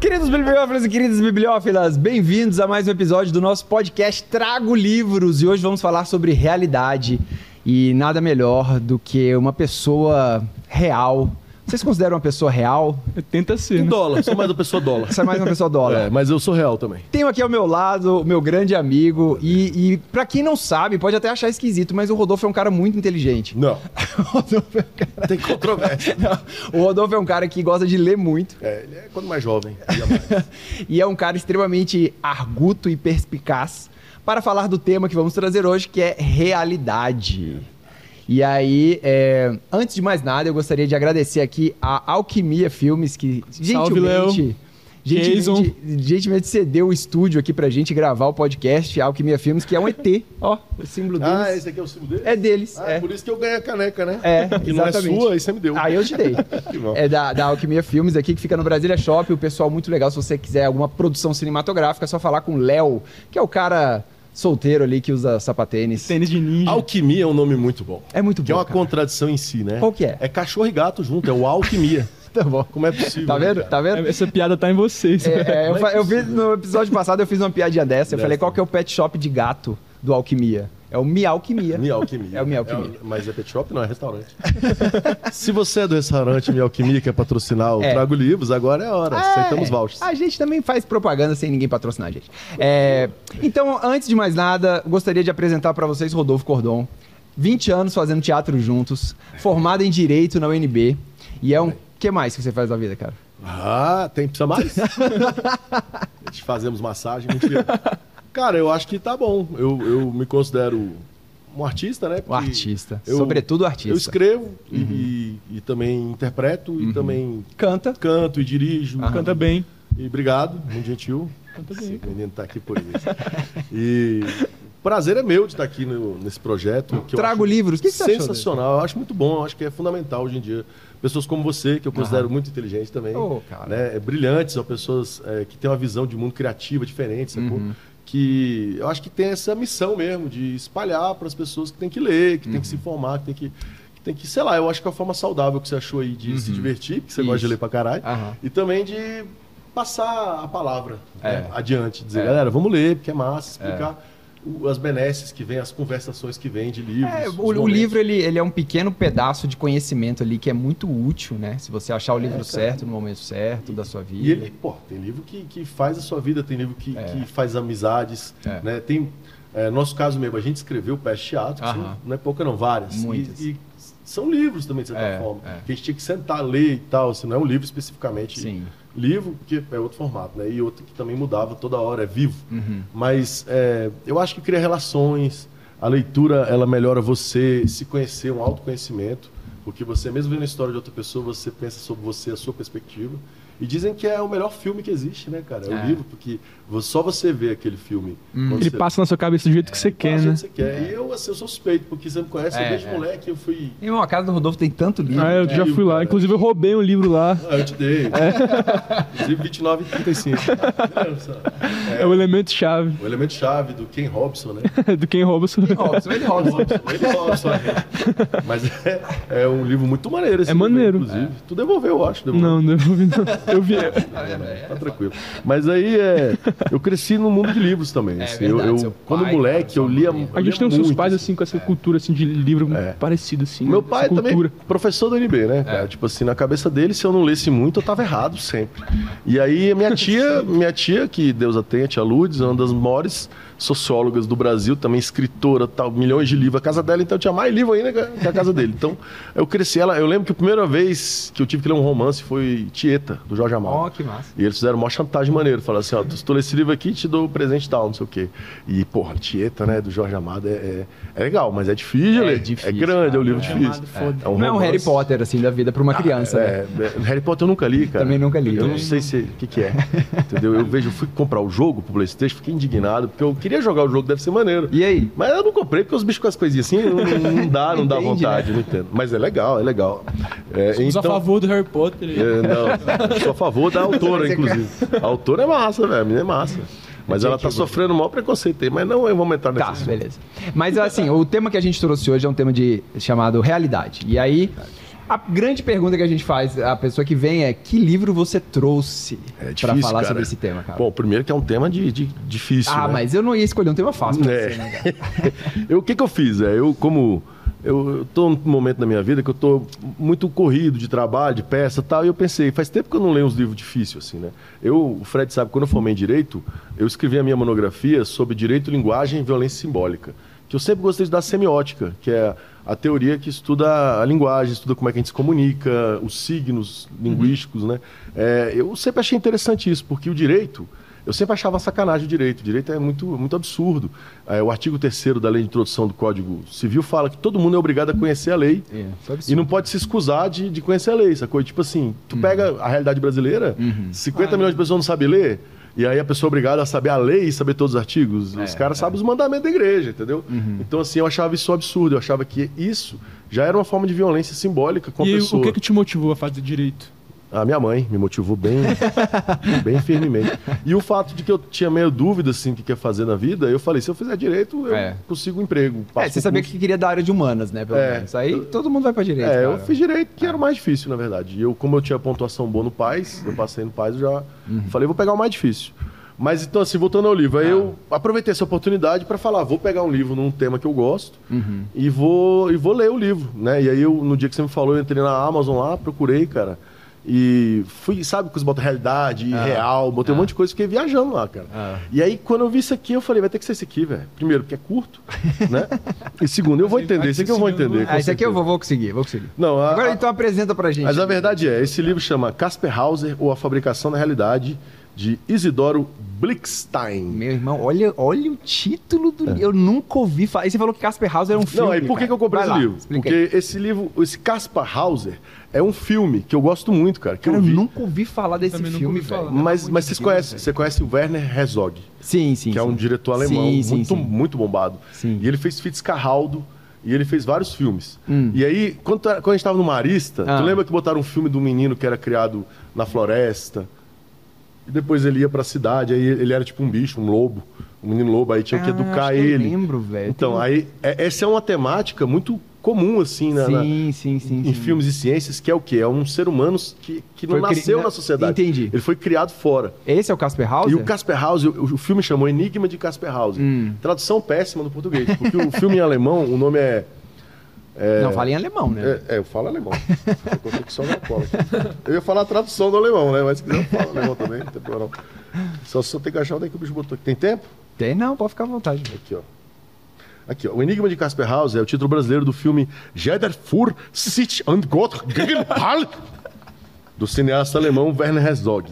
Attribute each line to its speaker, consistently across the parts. Speaker 1: Queridos bibliófilos e queridas bibliófilas, bem-vindos a mais um episódio do nosso podcast Trago Livros. E hoje vamos falar sobre realidade. E nada melhor do que uma pessoa real. Vocês consideram uma pessoa real?
Speaker 2: Tenta ser. né?
Speaker 3: Dólar, sou mais uma pessoa dólar.
Speaker 1: Essa é mais uma pessoa dólar.
Speaker 3: É, mas eu sou real também.
Speaker 1: Tenho aqui ao meu lado o meu grande amigo. E, e para quem não sabe, pode até achar esquisito, mas o Rodolfo é um cara muito inteligente.
Speaker 3: Não,
Speaker 1: O Rodolfo é um cara-
Speaker 3: tem controvérsia.
Speaker 1: o Rodolfo é um cara que gosta de ler muito.
Speaker 3: É, ele é quando mais jovem.
Speaker 1: e é um cara extremamente arguto e perspicaz para falar do tema que vamos trazer hoje, que é realidade. E aí, é, antes de mais nada, eu gostaria de agradecer aqui a Alquimia Filmes, que
Speaker 2: Salve,
Speaker 1: gentilmente,
Speaker 2: Léo. Jason.
Speaker 1: gentilmente, gentilmente cedeu o estúdio aqui pra gente gravar o podcast Alquimia Filmes, que é um ET, ó, o símbolo deles.
Speaker 3: ah, esse aqui é o símbolo dele?
Speaker 1: É deles,
Speaker 3: Ah,
Speaker 1: é.
Speaker 3: por isso que eu ganhei a caneca, né?
Speaker 1: É,
Speaker 3: Que não é
Speaker 1: exatamente.
Speaker 3: sua, aí você me deu.
Speaker 1: Ah, eu te dei.
Speaker 3: Que bom.
Speaker 1: É da, da Alquimia Filmes aqui, que fica no Brasília Shopping. O pessoal muito legal. Se você quiser alguma produção cinematográfica, é só falar com o Léo, que é o cara solteiro ali que usa sapatênis.
Speaker 2: Tênis de ninja.
Speaker 3: Alquimia é um nome muito bom.
Speaker 1: É muito
Speaker 3: Que é
Speaker 1: bom,
Speaker 3: uma
Speaker 1: cara.
Speaker 3: contradição em si, né?
Speaker 1: Qual que é?
Speaker 3: É cachorro e gato junto, é o alquimia.
Speaker 1: Tá bom.
Speaker 3: Como é possível?
Speaker 1: Tá
Speaker 3: né,
Speaker 1: vendo?
Speaker 3: cara?
Speaker 1: Tá vendo?
Speaker 2: Essa piada tá em vocês.
Speaker 1: É, é, eu,
Speaker 3: Não é
Speaker 1: fa- eu vi
Speaker 3: possível.
Speaker 1: no episódio passado, eu fiz uma piadinha dessa. Eu
Speaker 3: Dessa.
Speaker 1: falei, qual que é o pet shop de gato do Alquimia? É o Mialquimia.
Speaker 3: Minha alquimia.
Speaker 1: É o Minha Alquimia.
Speaker 3: É o- mas é pet shop? Não, é restaurante. Se você é do restaurante Minha Alquimia, quer patrocinar o
Speaker 1: É.
Speaker 3: Trago Livros, agora é a hora. Aceitamos
Speaker 1: É,
Speaker 3: vouchers.
Speaker 1: A gente também faz propaganda sem ninguém patrocinar a gente. É, então, antes de mais nada, gostaria de apresentar para vocês Rodolfo Cordon. 20 anos fazendo teatro juntos, formado em Direito na UNB. E é um... O que mais que você faz da vida, cara?
Speaker 3: Ah, tem precisa mais? a gente fazemos massagem, mentira. Cara, eu acho que tá bom. Eu, eu me considero um artista, né?
Speaker 1: Um
Speaker 3: Porque
Speaker 1: artista.
Speaker 3: eu-
Speaker 1: Sobretudo
Speaker 3: Eu
Speaker 1: artista. Uhum.
Speaker 3: escrevo e, e também interpreto e também
Speaker 1: Canta.
Speaker 3: canto e dirijo.
Speaker 1: Uhum. Aham.
Speaker 2: Canta bem.
Speaker 3: E obrigado, muito gentil.
Speaker 2: Canta bem.
Speaker 3: Esse menino tá aqui por isso. E o prazer é meu de estar aqui no- nesse projeto. que eu
Speaker 1: Trago
Speaker 3: acho
Speaker 1: livros. O que que você achou dele?
Speaker 3: Sensacional. Eu acho muito bom, eu acho que é fundamental hoje em dia. Pessoas como você, que eu considero muito inteligente também.
Speaker 1: Ô, cara.
Speaker 3: né? É, Brilhantes, são pessoas é, que têm uma visão de mundo criativa diferente, sacou?
Speaker 1: Uhum.
Speaker 3: Que eu acho que tem essa missão mesmo de espalhar para as pessoas que têm que ler, que têm que
Speaker 1: Uhum.
Speaker 3: se informar, que têm que. que Tem que, sei lá, eu acho que é a forma saudável que você achou aí de
Speaker 1: Uhum.
Speaker 3: se divertir, porque você gosta
Speaker 1: Isso.
Speaker 3: de ler pra caralho,
Speaker 1: Aham.
Speaker 3: e também de passar a palavra
Speaker 1: É.
Speaker 3: né, adiante, dizer, galera, vamos ler, porque é massa, explicar o- as benesses que vêm, as conversações que vêm de livros.
Speaker 1: É,
Speaker 3: os
Speaker 1: o, o
Speaker 3: momentos.
Speaker 1: livro ele, ele é um pequeno pedaço de conhecimento ali que é muito útil, né? Se você achar o livro certo no momento certo da sua vida.
Speaker 3: É, E ele, pô, tem livro que, que faz a sua vida, tem livro que, que faz amizades,
Speaker 1: É.
Speaker 3: né? Tem, é, nosso caso mesmo, a gente escreveu Peste Teatro, que são-
Speaker 1: Aham.
Speaker 3: não é pouca não, várias. E-
Speaker 1: Muitas.
Speaker 3: E, são livros também, de certa
Speaker 1: É,
Speaker 3: forma.
Speaker 1: é.
Speaker 3: Que a gente tinha que sentar, ler e tal, assim, não é um livro especificamente.
Speaker 1: Sim.
Speaker 3: Livro, porque é outro formato, né? E outro que também mudava toda hora, é vivo.
Speaker 1: Uhum.
Speaker 3: Mas é, eu acho que cria relações, a leitura, ela melhora você se conhecer, um autoconhecimento, porque você, mesmo vendo a história de outra pessoa, você pensa sobre você, a sua perspectiva. E dizem que é o melhor filme que existe, né, cara? É,
Speaker 1: É. Hum.
Speaker 3: o livro, porque vo- só você vê aquele filme. quando
Speaker 2: Ele
Speaker 3: você-
Speaker 2: passa na sua cabeça do jeito que você
Speaker 3: Ah,
Speaker 2: quer,
Speaker 3: gente,
Speaker 2: né?
Speaker 3: você quer. E eu, assim, eu sou suspeito, porque você me conhece,
Speaker 1: É,
Speaker 3: eu desde
Speaker 1: é.
Speaker 3: moleque, eu fui...
Speaker 1: Irmão, a casa do Rodolfo tem tanto livro.
Speaker 2: Ah, eu
Speaker 3: É,
Speaker 2: já
Speaker 3: e o
Speaker 2: fui lá.
Speaker 3: cara-
Speaker 2: Inclusive, eu roubei um livro lá.
Speaker 3: Ah, eu te dei. Inclusive, 29 e 35.
Speaker 2: É, o elemento chave
Speaker 3: O elemento chave do Ken Robson, né?
Speaker 2: do quem rouba sua...
Speaker 1: Robson, ele é Robson.
Speaker 3: Ele Robson, gente. Mas é, é um livro muito maneiro. Esse
Speaker 2: É
Speaker 3: livro,
Speaker 2: maneiro.
Speaker 3: Inclusive. Tu devolveu, eu acho. Devolveu.
Speaker 2: Não, não devolvi, não. Eu vi.
Speaker 3: Tá tranquilo. Mas aí, é, eu cresci no mundo de livros também. assim.
Speaker 1: É
Speaker 3: Eu-
Speaker 1: verdade,
Speaker 3: eu,
Speaker 1: seu pai, um
Speaker 3: quando moleque,
Speaker 1: sua
Speaker 3: eu lia, eu
Speaker 1: mãe.
Speaker 3: lia
Speaker 2: A gente tem os seus
Speaker 3: muito,
Speaker 2: pais, assim, com essa cultura, assim, de livro
Speaker 3: É.
Speaker 2: parecido, assim.
Speaker 3: Meu
Speaker 2: né?
Speaker 3: pai
Speaker 2: essa cultura.
Speaker 3: também, professor da UNB, né? cara? Tipo assim, na cabeça dele, se eu não lesse muito, eu tava errado sempre. E aí, minha tia, minha tia, que Deus a tenha, a tia Lourdes, é uma das maiores sociólogas do Brasil, também escritora, tal, milhões de livros. A casa dela, então, tinha mais livro ainda que a casa dele. Então, eu cresci. Ela, eu lembro que a primeira vez que eu tive que ler um romance foi Tieta, do Jorge Amado.
Speaker 1: Ó, que massa.
Speaker 3: E eles fizeram uma chantagem maneira, falaram assim, ó, se tu ler esse livro aqui, te dou o presente tal, não sei o quê. E, porra, Tieta, né, do Jorge Amado, é, é, é legal, mas é difícil de
Speaker 1: É
Speaker 3: ler. É,
Speaker 1: difícil,
Speaker 3: grande, é um livro
Speaker 1: cara.
Speaker 3: difícil. É
Speaker 1: Não é um
Speaker 3: romance.
Speaker 1: Harry Potter, assim, da vida pra uma criança, né?
Speaker 3: É, é, Harry Potter eu nunca li, cara.
Speaker 1: Também nunca li,
Speaker 3: Eu
Speaker 1: né?
Speaker 3: não sei se o que, que é. Entendeu? Eu vejo, eu fui comprar o jogo pro Playstation, fiquei indignado, porque eu queria jogar o jogo, deve ser maneiro.
Speaker 1: E aí?
Speaker 3: Mas eu não comprei, porque os bichos com as coisinhas assim não, não dá, não dá
Speaker 1: Entende,
Speaker 3: vontade, não entendo. Mas é legal, é legal. É, então-
Speaker 2: do Harry Potter.
Speaker 3: é, não, eu sou a favor da autora, inclusive. A autora é massa, velho. A menina é massa. Mas ela tá sofrendo o maior preconceito aí, mas não eu vou aumentar nesse
Speaker 1: Tá,
Speaker 3: assunto.
Speaker 1: beleza. Mas assim, o tema que a gente trouxe hoje é um tema de chamado realidade. E aí, A grande pergunta que a gente faz à pessoa que vem é: que livro você trouxe
Speaker 3: É
Speaker 1: pra
Speaker 3: difícil,
Speaker 1: falar
Speaker 3: cara.
Speaker 1: sobre esse tema, cara?
Speaker 3: Bom, primeiro que é um tema de, de- difícil,
Speaker 1: ah,
Speaker 3: né?
Speaker 1: mas eu não ia escolher um tema fácil. pra
Speaker 3: É.
Speaker 1: você, né?
Speaker 3: eu, o que, que eu fiz? É, eu, como. Eu, eu tô num momento da minha vida que eu tô muito corrido de trabalho, de peça e tal, e eu pensei, faz tempo que eu não leio uns livros difíceis, assim, né? Eu, o Fred sabe, quando eu formei em Direito, eu escrevi a minha monografia sobre Direito, Linguagem e Violência Simbólica, que eu sempre gostei de dar semiótica, que é a teoria que estuda a linguagem, estuda como é que a gente se comunica, os signos
Speaker 1: Uhum.
Speaker 3: linguísticos, né? É, eu sempre achei interessante isso, porque o Direito... Eu sempre achava sacanagem o direito. O direito é muito, muito absurdo. É, o artigo 3 da Lei de Introdução do Código Civil fala que todo mundo é obrigado a conhecer a lei
Speaker 1: É, foi absurdo.
Speaker 3: e não pode se excusar de, de conhecer a lei. Essa coisa, tipo assim, tu
Speaker 2: Uhum.
Speaker 3: pega a realidade brasileira, 50 milhões de pessoas não sabem ler, e aí a pessoa é obrigada a saber a lei e saber todos os artigos.
Speaker 2: É,
Speaker 3: os caras sabem os mandamentos da igreja, entendeu?
Speaker 2: Uhum.
Speaker 3: Então, assim, eu achava isso um absurdo. Eu achava que isso já era uma forma de violência simbólica com a
Speaker 2: E aí,
Speaker 3: pessoa.
Speaker 2: o que que te motivou a fazer direito?
Speaker 3: A minha mãe me motivou bem, bem firmemente. E o fato de que eu tinha meio dúvida assim, o que quer fazer na vida, eu falei, se eu fizer direito, eu
Speaker 1: É.
Speaker 3: consigo um emprego.
Speaker 1: É,
Speaker 3: passo
Speaker 1: você
Speaker 3: um
Speaker 1: sabia
Speaker 3: curso.
Speaker 1: que queria da área de humanas, né? Pelo
Speaker 3: É.
Speaker 1: menos. Aí todo mundo vai pra direita.
Speaker 3: É, eu
Speaker 1: cara. Ah.
Speaker 3: fiz direito, que era o mais difícil, na verdade. E eu, como eu tinha pontuação boa no PAIS, eu passei no PAIS, eu já
Speaker 1: Uhum.
Speaker 3: falei, vou pegar o mais difícil. Mas então, assim, voltando ao livro, aí
Speaker 1: Ah.
Speaker 3: eu aproveitei essa oportunidade para falar, vou pegar um livro num tema que eu gosto
Speaker 1: Uhum.
Speaker 3: e, vou, e vou ler o livro, né? E aí, eu, no dia que você me falou, eu entrei na Amazon lá, procurei, cara. E fui, sabe, que você bota realidade,
Speaker 1: Ah.
Speaker 3: e real, botei um monte de coisa, fiquei viajando lá, cara. E aí, quando eu vi isso aqui, eu falei, vai ter que ser esse aqui, velho. Primeiro, porque é curto, né? E segundo, eu vou entender, isso aqui eu vou entender. com
Speaker 1: Ah, esse aqui eu
Speaker 3: certeza.
Speaker 1: vou, vou conseguir, vou conseguir.
Speaker 3: Não, a-
Speaker 1: Agora
Speaker 3: a-
Speaker 1: então apresenta pra gente.
Speaker 3: mas a verdade é, esse livro chama Casper Hauser ou A Fabricação da Realidade, de Isidoro Blickstein.
Speaker 1: Meu irmão, olha, olha o título do livro. Eu nunca ouvi falar. E você falou que Casper House era um filme.
Speaker 3: É. Não, aí por
Speaker 1: cara.
Speaker 3: que, que eu comprei
Speaker 1: Vai
Speaker 3: esse
Speaker 1: lá,
Speaker 3: livro?
Speaker 1: explica aí.
Speaker 3: Porque esse livro, esse Caspar Hauser, é um filme que eu gosto muito, cara. Que
Speaker 1: Cara,
Speaker 3: eu
Speaker 1: eu
Speaker 3: vi.
Speaker 1: nunca ouvi falar desse
Speaker 2: Também nunca
Speaker 1: filme,
Speaker 2: ouvi falar.
Speaker 1: velho.
Speaker 3: Mas, mas vocês conhecem, você conhece o Werner Herzog,
Speaker 1: Sim, sim.
Speaker 3: que é um
Speaker 1: sim.
Speaker 3: diretor alemão
Speaker 1: Sim, sim,
Speaker 3: muito,
Speaker 1: sim.
Speaker 3: muito bombado.
Speaker 1: Sim.
Speaker 3: E ele fez Fitzcarraldo e ele fez vários filmes. E aí, quando, tá- quando a gente tava no Marista,
Speaker 1: Hum. Ah.
Speaker 3: tu lembra que botaram um filme do menino que era criado na floresta? E depois ele ia pra cidade, aí ele era tipo um bicho, um lobo, um menino lobo, aí tinha que
Speaker 1: Ah, acho
Speaker 3: educar
Speaker 1: que eu
Speaker 3: ele.
Speaker 1: lembro, velho. um-
Speaker 3: Então, aí é- essa é uma temática muito comum, assim, na- na-
Speaker 1: Sim, sim, sim.
Speaker 3: em
Speaker 1: sim.
Speaker 3: filmes e ciências, que é o quê? É um ser humano que, que não
Speaker 1: Foi cri-
Speaker 3: nasceu
Speaker 1: na-
Speaker 3: na sociedade.
Speaker 1: Entendi.
Speaker 3: Ele foi criado fora.
Speaker 1: Esse é o Casper House? Hum.
Speaker 3: E o Casper House, o, o filme chamou Enigma de Casper House. Tradução péssima no português, porque o filme em alemão, o nome é.
Speaker 1: Não, fala em alemão, né?
Speaker 3: É, é, eu falo alemão. Eu tô aqui só na cola. Eu ia falar a tradução do alemão, né? Mas se quiser, eu falo alemão também, não tem problema. não. Só se eu tenho que achar onde é que o bicho botou aqui. Tem tempo?
Speaker 1: Tem, não, pode ficar à vontade. velho.
Speaker 3: Aqui, ó. Aqui, ó. O Enigma de Casper House é o título brasileiro do filme Jeder für sich und Gott gegen Hall, do cineasta alemão Werner Herzog.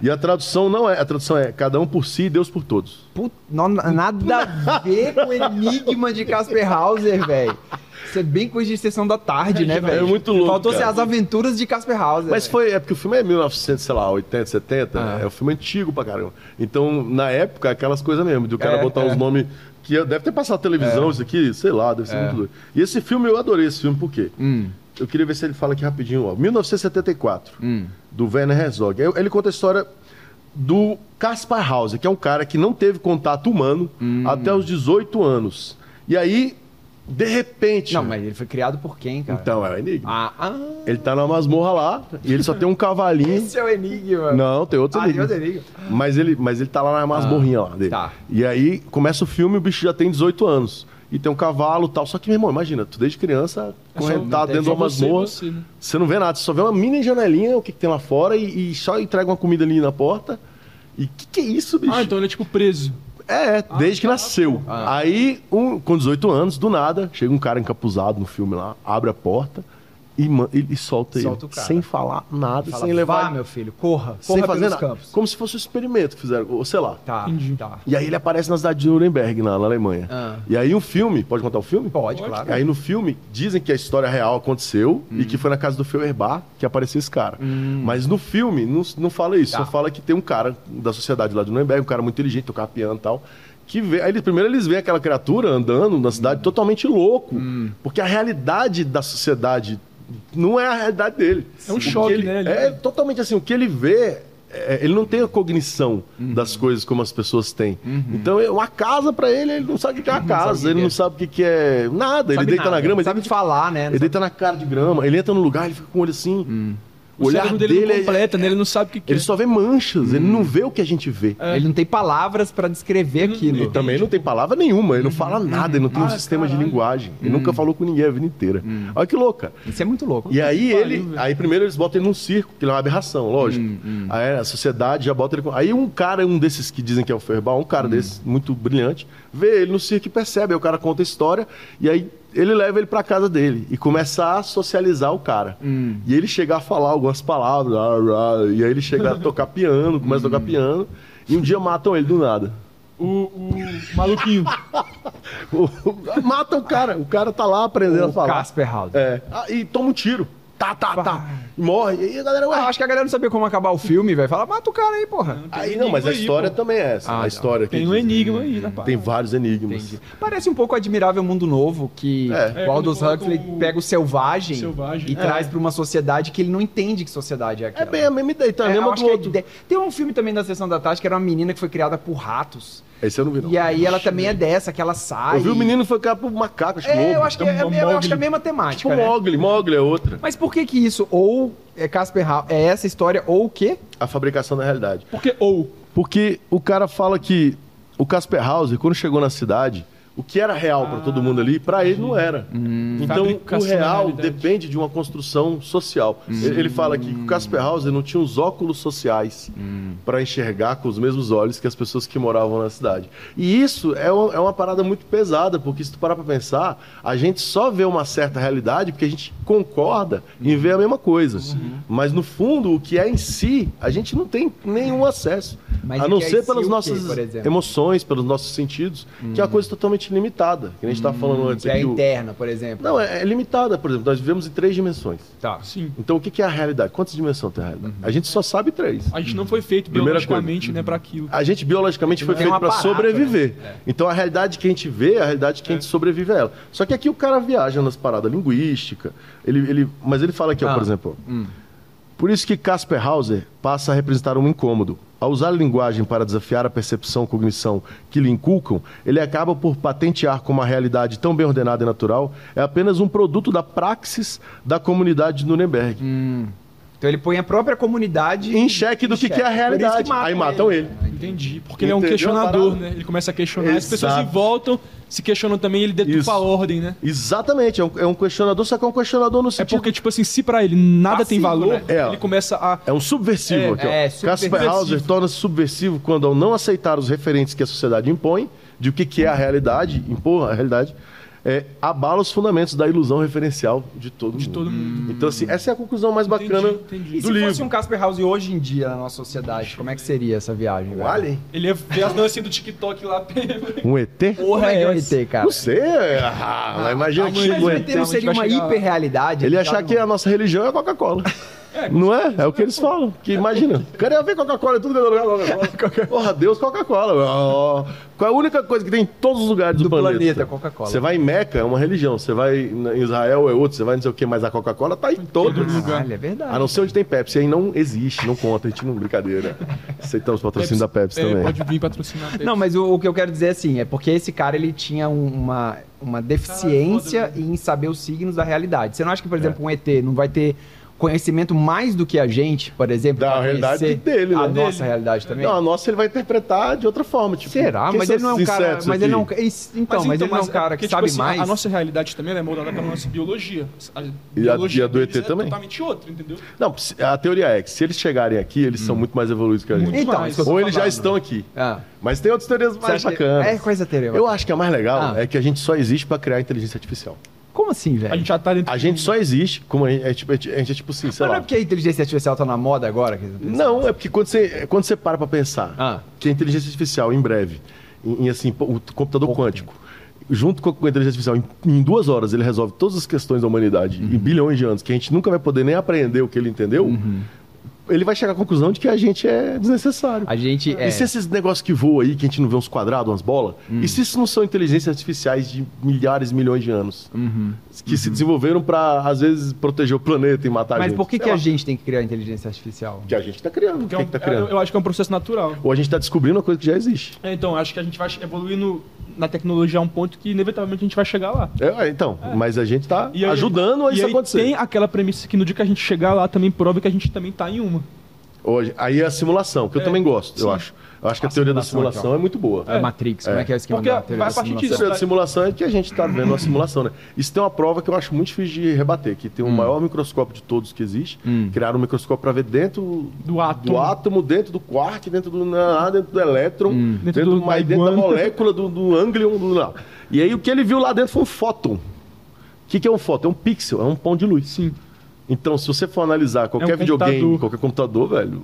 Speaker 3: E a tradução não é, a tradução é cada um por si e Deus por todos.
Speaker 1: Puta, não- nada a ver com o enigma de Casper Hauser, velho. Isso é bem coisa de sessão da tarde, né, velho?
Speaker 3: É, muito louco,
Speaker 1: Faltou ser
Speaker 3: cara.
Speaker 1: as aventuras de Casper Hauser.
Speaker 3: Mas
Speaker 1: velho.
Speaker 3: foi, é porque o filme é 1900, sei lá, 80, 70,
Speaker 1: Ah.
Speaker 3: né? é um filme antigo pra caramba. Então, na época, aquelas coisas mesmo, de o cara
Speaker 1: É,
Speaker 3: botar
Speaker 1: é.
Speaker 3: uns nomes que deve ter passado na televisão, isso aqui, sei lá, deve ser
Speaker 1: É.
Speaker 3: muito doido. E esse filme, eu adorei esse filme, por quê?
Speaker 1: Hum.
Speaker 3: Eu queria ver se ele fala aqui rapidinho, ó. 1974,
Speaker 1: Hum.
Speaker 3: do Werner Herzog. Ele- Ele conta a história do Caspar Hauser, que é um cara que não teve contato humano
Speaker 1: Hum.
Speaker 3: até os 18 anos. E aí, de repente...
Speaker 1: Não, mas ele foi criado por quem, cara?
Speaker 3: Então, é o enigma.
Speaker 1: Ah, ah,
Speaker 3: Ele tá numa masmorra lá, e ele só tem um cavalinho...
Speaker 1: esse é o enigma.
Speaker 3: Não, tem outro
Speaker 1: Ah, tem
Speaker 3: enigma.
Speaker 1: outro enigma.
Speaker 3: Mas ele, mas ele tá lá na masmorrinha lá dele.
Speaker 1: tá.
Speaker 3: E aí começa o filme, o bicho já tem 18 anos. E tem um cavalo e tal. Só que, meu irmão, imagina, tu desde criança, correntado
Speaker 2: É
Speaker 3: dentro de
Speaker 2: só
Speaker 3: uma
Speaker 2: você e
Speaker 3: masmorra.
Speaker 2: você, né?
Speaker 3: Você não vê nada, você só vê uma mini janelinha, o que, que tem lá fora, e, e só entrega uma comida ali na porta. E que que é isso, bicho?
Speaker 2: Ah, então ele é tipo preso.
Speaker 3: É,
Speaker 1: Ah,
Speaker 3: é, desde
Speaker 1: tá.
Speaker 3: que nasceu. Aí, um- com 18 anos, do nada, chega um cara encapuzado no filme lá, abre a porta e, man- e- e solta,
Speaker 1: Solta o
Speaker 3: ele.
Speaker 1: cara.
Speaker 3: Sem falar nada,
Speaker 1: Fala,
Speaker 3: sem levar
Speaker 1: "Vá, meu filho, corra, corra
Speaker 3: sem fazer
Speaker 1: pelos
Speaker 3: nada.
Speaker 1: campos.
Speaker 3: Como se fosse um experimento que fizeram, ou sei lá.
Speaker 1: Tá, tá.
Speaker 3: E aí ele aparece na cidade de Nuremberg, na, na Alemanha.
Speaker 1: Ah.
Speaker 3: E aí um filme, pode contar o filme?
Speaker 1: Pode, claro. Hum.
Speaker 3: Aí no filme dizem que a história real aconteceu e que foi na casa do Feuerbach que apareceu esse cara. Mas no filme não, não fala isso,
Speaker 1: Tá.
Speaker 3: só fala que tem um cara da sociedade lá de Nuremberg, um cara muito inteligente, tocava piano e tal. Que vê, aí eles- primeiro eles veem aquela criatura andando na cidade
Speaker 1: Hum.
Speaker 3: totalmente louco, porque a realidade da sociedade não é a realidade dele.
Speaker 2: É um
Speaker 3: O que
Speaker 2: choque,
Speaker 3: ele-
Speaker 2: né? Ele-
Speaker 3: É totalmente assim, o que ele vê é, ele não tem a cognição das coisas como as pessoas têm. Então, é uma casa pra ele, ele não sabe o que é uma
Speaker 1: sabe o que
Speaker 3: casa, ele
Speaker 1: é.
Speaker 3: não sabe o que que é nada. ele
Speaker 1: Sabe
Speaker 3: deita
Speaker 1: nada,
Speaker 3: na grama, ele
Speaker 1: sabe
Speaker 3: deita-
Speaker 1: falar, né?
Speaker 3: ele deita na cara de grama, ele entra no lugar, ele fica com o olho assim. O olhar
Speaker 2: cérebro
Speaker 3: dele,
Speaker 2: não
Speaker 3: é-
Speaker 2: completa, né? Ele não sabe o que, que
Speaker 3: ele
Speaker 2: é.
Speaker 3: só vê manchas, ele não vê o que a gente vê.
Speaker 1: É. Ele não tem palavras pra descrever aquilo.
Speaker 3: Ele também não tem palavra nenhuma, ele não fala nada, ele não tem um
Speaker 2: Ah,
Speaker 3: sistema de
Speaker 2: caralho.
Speaker 3: linguagem. Ele nunca falou com ninguém a vida inteira. Olha que louco, cara.
Speaker 1: Isso é muito louco.
Speaker 3: E aí
Speaker 2: pariu,
Speaker 3: ele.
Speaker 2: velho. Hum,
Speaker 3: Aí primeiro eles botam ele num circo, que ele é uma aberração, lógico. Aí a sociedade já bota ele. com- Aí um cara, um desses que dizem que é o Ferbal, um
Speaker 2: Hum.
Speaker 3: cara desse, muito brilhante, vê ele no circo e percebe. Aí o cara conta a história e aí ele leva ele pra casa dele e começa a socializar o cara.
Speaker 2: Hum.
Speaker 3: E ele chega a falar algumas palavras, ah, ah, e aí ele chega a tocar piano, começa a
Speaker 2: Hum.
Speaker 3: tocar piano, e um dia matam ele do nada.
Speaker 2: O, o maluquinho.
Speaker 3: Mata o cara, o cara tá lá aprendendo a
Speaker 1: o
Speaker 3: falar.
Speaker 1: Casper Howard.
Speaker 3: É. Ah, e toma um tiro. Tá, tá, tá. E morre. E aí a galera, ué,
Speaker 1: Ah, acho que a galera não sabia como acabar o filme, velho. Fala, mata o cara aí, porra.
Speaker 3: Aí
Speaker 2: Tem
Speaker 3: não, mas a
Speaker 2: enigma aí,
Speaker 3: história
Speaker 2: pô.
Speaker 3: também é essa.
Speaker 1: Ah,
Speaker 3: a história que
Speaker 2: Tem um
Speaker 3: diz.
Speaker 2: enigma aí na parte.
Speaker 3: Tem vários enigmas.
Speaker 1: Parece um pouco o Admirável Mundo Novo, que
Speaker 3: É.
Speaker 1: o Aldous
Speaker 2: É, quando
Speaker 1: Huxley
Speaker 2: coloca o-
Speaker 1: pega o selvagem,
Speaker 2: Selvagem,
Speaker 1: e
Speaker 2: é.
Speaker 1: traz pra uma sociedade que ele não entende que sociedade é
Speaker 3: É
Speaker 1: aquela.
Speaker 3: bem a mesma ideia, então é a
Speaker 1: É, eu
Speaker 3: mesma
Speaker 1: acho
Speaker 3: do
Speaker 1: que é
Speaker 3: outro.
Speaker 1: de- Tem um filme também da Sessão da Tarde que era uma menina que foi criada por ratos.
Speaker 3: Esse eu não vi, não.
Speaker 1: E aí ela também é dessa, que ela sai.
Speaker 3: Eu vi o menino foi cara pro macaco, acho que
Speaker 1: É, eu
Speaker 3: novo.
Speaker 1: acho que é,
Speaker 2: Então,
Speaker 1: eu acho que é a
Speaker 2: Mowgli.
Speaker 1: mesma temática.
Speaker 3: Tipo
Speaker 1: né?
Speaker 3: Mogli, Mogli é outra.
Speaker 1: Mas por que que isso? Ou é Casper Hall, é essa história, ou o quê?
Speaker 3: A fabricação da realidade.
Speaker 2: Porque, ou,
Speaker 3: Porque o cara fala que o Casper Hauser, quando chegou na cidade, o que era real pra todo mundo ali, pra ele não era. então o
Speaker 2: Hum. Fabricação da
Speaker 3: real
Speaker 2: realidade. Hum.
Speaker 3: depende de uma construção social. Ele ele fala que o Casper Hauser não tinha os óculos sociais
Speaker 2: Hum.
Speaker 3: pra enxergar com os mesmos olhos que as pessoas que moravam na cidade. E isso é uma, é uma parada muito pesada, porque se tu parar pra pensar, a gente só vê uma certa realidade porque a gente concorda em ver a mesma coisa. Mas no fundo, o que é em si, a gente não tem nenhum acesso
Speaker 1: Mas
Speaker 3: a
Speaker 1: e
Speaker 3: não
Speaker 1: que é
Speaker 3: ser
Speaker 1: esse o
Speaker 3: pelas
Speaker 1: quê,
Speaker 3: nossas
Speaker 1: por exemplo? Uhum.
Speaker 3: emoções, pelos nossos sentidos, que é uma coisa totalmente limitada. Que a gente estava falando antes
Speaker 1: Que é
Speaker 3: aqui. o-
Speaker 1: interna, por exemplo.
Speaker 3: Não, é, é limitada, por exemplo. Nós vivemos em três dimensões.
Speaker 1: Tá.
Speaker 2: sim.
Speaker 3: Então, o que, que é a realidade? Quantas dimensões tem a realidade?
Speaker 1: Uhum.
Speaker 3: A gente só sabe três.
Speaker 2: A gente não foi feito
Speaker 3: Primeira
Speaker 2: biologicamente, né, pra aquilo.
Speaker 3: A gente biologicamente foi
Speaker 1: Tem um
Speaker 3: feito para
Speaker 1: aparato, né? É.
Speaker 3: sobreviver. Então a realidade que a gente vê, é a realidade que a gente sobrevive a ela. Só que aqui o cara viaja nas paradas linguísticas. Ele, ele, mas ele fala aqui, ó,
Speaker 1: Ah.
Speaker 3: por exemplo. ó. Por isso que Casper Hauser passa a representar um incômodo. Ao usar a linguagem para desafiar a percepção, cognição que lhe inculcam, ele acaba por patentear como a realidade tão bem ordenada e natural é apenas um produto da praxis da comunidade de Nuremberg
Speaker 1: Então ele põe a própria comunidade
Speaker 3: em xeque do que, que é a
Speaker 1: Por isso que
Speaker 3: realidade.
Speaker 1: matam né?
Speaker 3: Aí matam ele.
Speaker 1: Ah,
Speaker 2: Entendi. Porque ele é um
Speaker 3: Entendeu a
Speaker 2: questionador,
Speaker 3: parada?
Speaker 2: né? Ele começa a questionar, as pessoas se
Speaker 3: Exato.
Speaker 2: voltam, se questionam também, ele deturpa
Speaker 3: Isso.
Speaker 2: a ordem, né?
Speaker 3: Exatamente, é um, é um questionador, só que é um questionador no
Speaker 2: É
Speaker 3: sentido.
Speaker 2: porque, tipo assim, se pra ele nada tem
Speaker 1: Passivo,
Speaker 2: valor,
Speaker 1: né?
Speaker 3: É.
Speaker 2: ele começa a.
Speaker 3: É um subversivo
Speaker 2: É,
Speaker 3: aqui, ó.
Speaker 1: é, subversivo.
Speaker 3: Casper Hauser torna-se subversivo quando, ao não aceitar os referentes que a sociedade impõe, de o que, que é a realidade, impor a realidade, é, abala os fundamentos da ilusão referencial de todo mundo.
Speaker 2: todo mundo.
Speaker 3: Então, assim, essa é a conclusão mais
Speaker 2: Entendi,
Speaker 3: bacana
Speaker 2: entendi.
Speaker 1: E
Speaker 3: do
Speaker 1: se
Speaker 3: livro.
Speaker 1: fosse um Casper House hoje em dia na nossa sociedade, como é que seria essa viagem? velho?
Speaker 2: Ele ia ver as dancinhas do TikTok lá.
Speaker 3: Um ET?
Speaker 1: Como é que é o
Speaker 2: essa?
Speaker 1: ET, cara?
Speaker 3: Não sei. Ah, mas imagina que
Speaker 1: Mas
Speaker 3: chega um
Speaker 1: o
Speaker 3: ET.
Speaker 1: ET não seria
Speaker 2: vai
Speaker 1: uma
Speaker 2: chegar lá.
Speaker 1: hiperrealidade.
Speaker 3: Ele ia
Speaker 1: tá
Speaker 3: achar
Speaker 1: no-
Speaker 3: que a nossa religião é a Coca-Cola. não é? É o que eles falam. Que imagina. O cara ia ver Coca-Cola em tudo que é lugar. Coca-Cola. Porra, Deus, Coca-cola. Ó, Qual é a única coisa que tem em todos os lugares do,
Speaker 1: Do planeta,
Speaker 3: planeta?
Speaker 1: Coca-Cola.
Speaker 3: Você vai em Meca, é uma religião. Você vai em Israel, é outro. Você vai em não sei o quê. Mas a Coca-Cola tá em todo lugar.
Speaker 1: Caralho, é verdade.
Speaker 3: A não ser onde tem Pepsi. Aí não existe, não conta. A gente não... Brincadeira. Aceitamos patrocínio da Pepsi
Speaker 2: É,
Speaker 3: também.
Speaker 2: pode vir patrocinar. a Pepsi.
Speaker 1: Não, mas o, o que eu quero dizer assim é porque esse cara ele tinha um- uma, uma deficiência
Speaker 2: né?
Speaker 1: em saber os signos da realidade. Você não acha
Speaker 3: É.
Speaker 1: que, por exemplo, um ET não vai ter conhecimento mais do que a gente, por exemplo,
Speaker 3: Da
Speaker 1: pra
Speaker 3: realidade
Speaker 1: conhecer
Speaker 3: dele, né?
Speaker 1: a
Speaker 3: Dele.
Speaker 1: nossa realidade também?
Speaker 3: Não, a nossa ele vai interpretar de outra forma. Tipo,
Speaker 1: Será?
Speaker 3: quem
Speaker 1: Mas
Speaker 3: são
Speaker 1: ele não é um
Speaker 3: esses
Speaker 1: cara.
Speaker 3: insetos
Speaker 1: Mas ele não é um
Speaker 3: aqui?
Speaker 1: ca- esse- Então, mas ele não é um cara que
Speaker 2: porque, tipo
Speaker 1: sabe
Speaker 2: assim, a-
Speaker 1: mais.
Speaker 2: A nossa realidade também ela é moldada pela nossa biologia. A
Speaker 3: E a- e a do ET
Speaker 2: deles é
Speaker 3: também.
Speaker 2: totalmente outra, entendeu?
Speaker 1: Então,
Speaker 3: Não, a teoria é que se eles chegarem aqui, eles
Speaker 1: Hum.
Speaker 3: são muito mais evoluídos que a gente.
Speaker 1: Então,
Speaker 2: mais.
Speaker 1: isso que eu tô
Speaker 3: Ou eles já
Speaker 1: falando.
Speaker 3: estão aqui.
Speaker 1: Ah.
Speaker 3: Mas tem outras teorias
Speaker 1: Você
Speaker 3: mais
Speaker 1: acha que-
Speaker 3: bacanas.
Speaker 1: É coisa teoria.
Speaker 3: Eu acho que a mais legal
Speaker 1: Ah.
Speaker 3: é que a gente só existe pra criar inteligência artificial.
Speaker 1: Como assim, velho?
Speaker 2: A gente já tá dentro
Speaker 3: A
Speaker 2: de
Speaker 3: gente
Speaker 2: um-
Speaker 3: só existe como a gente é, tipo, a gente é tipo assim, sei
Speaker 1: Mas não é
Speaker 3: lá.
Speaker 1: porque a inteligência artificial tá na moda agora? Que...
Speaker 3: Não, é porque quando você, quando você para pra pensar
Speaker 1: Ah.
Speaker 3: que a inteligência artificial, em breve, em, em, assim, pô, o computador quântico, junto com a com a inteligência artificial, em, em duas horas ele resolve
Speaker 1: Uhum. Uhum.
Speaker 3: todas as questões da humanidade em bilhões de anos, que a gente nunca vai poder nem aprender o que ele entendeu. ele vai chegar à conclusão de que a gente é desnecessário.
Speaker 1: A gente é. Hum.
Speaker 3: E se esses negócios que voam aí, que a gente não vê uns quadrados, umas bolas, e se isso não são inteligências artificiais de milhares, milhões de anos?
Speaker 1: Uhum.
Speaker 3: Que se desenvolveram pra, às vezes, proteger o planeta e matar a
Speaker 1: Mas
Speaker 3: gente.
Speaker 1: por que,
Speaker 3: Sei
Speaker 1: que
Speaker 3: lá.
Speaker 1: a gente tem que criar inteligência artificial?
Speaker 3: Que a gente tá criando. O que,
Speaker 2: é um-
Speaker 3: que tá
Speaker 2: eu,
Speaker 3: criando?
Speaker 2: eu acho que é um processo natural.
Speaker 3: Ou a gente tá descobrindo uma coisa que já existe.
Speaker 2: É, então, acho que a gente vai evoluindo na tecnologia a um ponto que inevitavelmente a gente vai chegar lá.
Speaker 3: É, é, então, mas a gente tá
Speaker 2: E aí-
Speaker 3: ajudando a
Speaker 2: e
Speaker 3: isso
Speaker 2: aí
Speaker 3: acontecer.
Speaker 2: tem aquela premissa que no dia que a gente chegar lá também prova que a gente também tá em uma.
Speaker 3: Hoje, aí é a simulação, que eu
Speaker 2: É,
Speaker 3: também gosto, eu
Speaker 2: sim.
Speaker 3: acho. Eu acho que a,
Speaker 1: A
Speaker 3: teoria da
Speaker 1: simulação aqui,
Speaker 3: simulação é muito boa.
Speaker 1: A Matrix, como é que é o esquema
Speaker 2: Porque
Speaker 1: da teoria
Speaker 2: vai
Speaker 1: da
Speaker 2: a partir
Speaker 3: A
Speaker 1: simulação?
Speaker 2: disso.
Speaker 3: teoria da simulação é que a gente tá vendo uma simulação, né? Isso tem uma prova que eu acho muito difícil de rebater, que tem o maior microscópio de todos que existe.
Speaker 1: Hum.
Speaker 3: Criaram um microscópio para ver dentro
Speaker 2: Do átomo.
Speaker 3: do átomo, dentro do quark, dentro do naná, dentro do elétron, dentro,
Speaker 2: Dentro
Speaker 3: do,
Speaker 2: do
Speaker 3: mas dentro da
Speaker 2: maiguano.
Speaker 3: molécula, do, do ânglion, do não. E aí o que ele viu lá dentro foi um fóton. O que, que é um fóton? É um pixel, é um pão de luz. Sim. Então, se você for analisar qualquer
Speaker 2: um
Speaker 3: videogame,
Speaker 2: computador.
Speaker 3: qualquer computador, velho,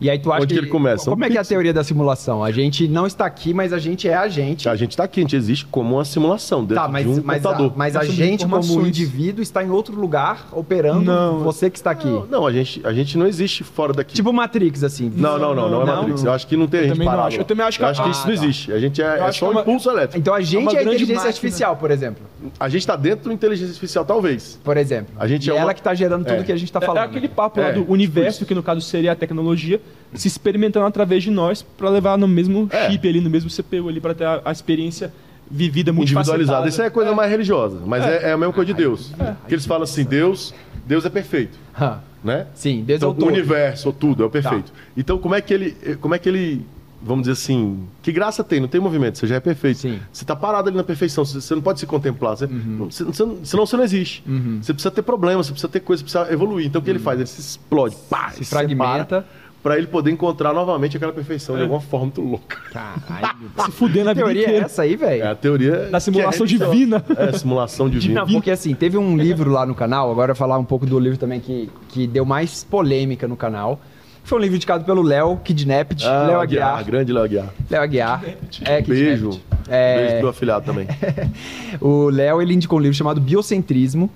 Speaker 1: E aí tu acha
Speaker 3: Onde que ele começa?
Speaker 1: Como
Speaker 3: Um
Speaker 1: é que é a
Speaker 3: pixel.
Speaker 1: teoria da simulação? A gente não está aqui, mas a gente é a gente.
Speaker 3: a gente tá aqui, a gente existe como uma simulação dentro
Speaker 1: Tá, mas,
Speaker 3: de um
Speaker 1: mas, a,
Speaker 3: computador.
Speaker 1: mas a
Speaker 2: Consumo de
Speaker 1: gente, como
Speaker 2: informações.
Speaker 1: indivíduo, está em outro lugar operando
Speaker 2: Não.
Speaker 1: você que está aqui.
Speaker 3: Não, não, a gente, a gente não existe fora daqui.
Speaker 1: Tipo Matrix, assim.
Speaker 3: Não, não, não, não é
Speaker 2: Não.
Speaker 3: Matrix. Eu acho que não tem a gente
Speaker 2: também não
Speaker 3: parado.
Speaker 2: acho.
Speaker 3: lá.
Speaker 2: Eu também acho que-
Speaker 3: Eu acho que
Speaker 2: Ah,
Speaker 3: isso não
Speaker 1: tá.
Speaker 3: existe. A gente é, é só
Speaker 2: acho que é
Speaker 3: um
Speaker 2: uma-
Speaker 3: impulso elétrico.
Speaker 1: Então a gente
Speaker 2: uma
Speaker 1: é, a
Speaker 2: grande
Speaker 1: inteligência
Speaker 2: máquina.
Speaker 1: artificial, por exemplo.
Speaker 3: A gente tá dentro da inteligência artificial, talvez.
Speaker 1: Por exemplo.
Speaker 3: A gente
Speaker 1: e
Speaker 3: é uma-
Speaker 1: ela que está gerando tudo
Speaker 3: É.
Speaker 1: que a gente está
Speaker 2: É-
Speaker 1: falando. né?
Speaker 2: É aquele papo lá
Speaker 3: É,
Speaker 2: do
Speaker 3: tipo
Speaker 2: universo,
Speaker 3: isso.
Speaker 2: que no caso seria a tecnologia, se experimentando através de nós pra levar no mesmo
Speaker 3: É.
Speaker 2: chip ali, no mesmo CPU ali, pra ter a, a experiência vivida muito
Speaker 3: Individualizada. Isso é coisa mais religiosa, mas é, é a mesma coisa de Deus. Que eles falam assim, Deus, Deus é perfeito,
Speaker 1: Hã.
Speaker 3: né?
Speaker 1: Sim, Deus é
Speaker 3: Então,
Speaker 1: o Tá.
Speaker 3: o
Speaker 1: todo.
Speaker 3: universo, ou tudo, é o perfeito. Então, como é que ele. Como é que ele. Vamos dizer assim, que graça tem, não tem movimento, você já é perfeito.
Speaker 1: Sim. Uhum.
Speaker 3: Você tá parado ali na perfeição, você, você não pode se contemplar, você, não- você- você não- senão você não existe. Você precisa ter problemas, você precisa ter coisa, você precisa evoluir. Então o que ele faz? Ele se explode, pá,
Speaker 1: Uhum. Se fragmenta. É.
Speaker 3: para ele poder encontrar novamente aquela perfeição de alguma forma muito louca.
Speaker 1: Caralho.
Speaker 2: Se fudendo a
Speaker 1: Que
Speaker 2: vida
Speaker 1: teoria é
Speaker 2: inteira.
Speaker 1: essa aí, velho?
Speaker 3: É a teoria.
Speaker 2: Da simulação
Speaker 3: que é religião.
Speaker 2: divina.
Speaker 3: É, simulação divina.
Speaker 1: Não, porque assim, teve um livro lá no canal, agora eu vou falar um pouco do livro também que, que deu mais polêmica no canal. Foi um livro indicado pelo Léo Kidnapped,
Speaker 3: Ah,
Speaker 1: Léo Aguiar.
Speaker 3: Grande Léo Aguiar.
Speaker 1: Léo Aguiar. É,
Speaker 3: Beijo.
Speaker 1: Kidnapped. É,
Speaker 3: Beijo pro meu afilhado também.
Speaker 1: O Léo, ele indicou um livro chamado Biocentrismo,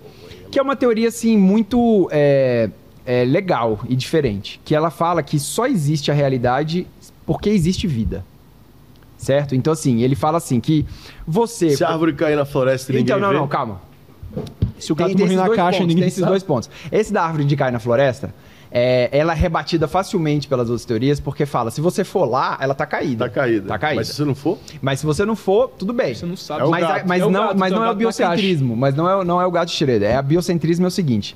Speaker 1: que é uma teoria, assim, muito é, é, legal e diferente. Que ela fala que só existe a realidade porque existe vida. Certo? Então, assim, ele fala assim que você...
Speaker 3: Se a árvore cair na floresta e ninguém
Speaker 1: Então, não,
Speaker 3: vê,
Speaker 1: não, calma.
Speaker 2: Se o
Speaker 1: Tem-
Speaker 2: gato
Speaker 1: tem
Speaker 2: morrer
Speaker 1: esses
Speaker 2: na
Speaker 1: dois
Speaker 2: caixa,
Speaker 1: pontos,
Speaker 2: ninguém
Speaker 1: tem esses
Speaker 2: sabe.
Speaker 1: dois pontos. Esse da árvore de cair na floresta, é, ela é rebatida facilmente pelas outras teorias, porque fala, se você for lá, ela tá caída.
Speaker 3: tá caída.
Speaker 1: Tá caída.
Speaker 3: Mas se você não for,
Speaker 1: Mas se você não for, tudo bem.
Speaker 2: Você não sabe.
Speaker 3: É o
Speaker 1: mas a-
Speaker 3: gato.
Speaker 1: mas
Speaker 2: É o
Speaker 1: não,
Speaker 2: gato,
Speaker 1: mas
Speaker 2: então,
Speaker 1: não é
Speaker 2: é
Speaker 1: o
Speaker 2: o gato na
Speaker 1: biocentrismo, mas não é, o- não é o gato de Schrödinger. É a biocentrismo é o seguinte: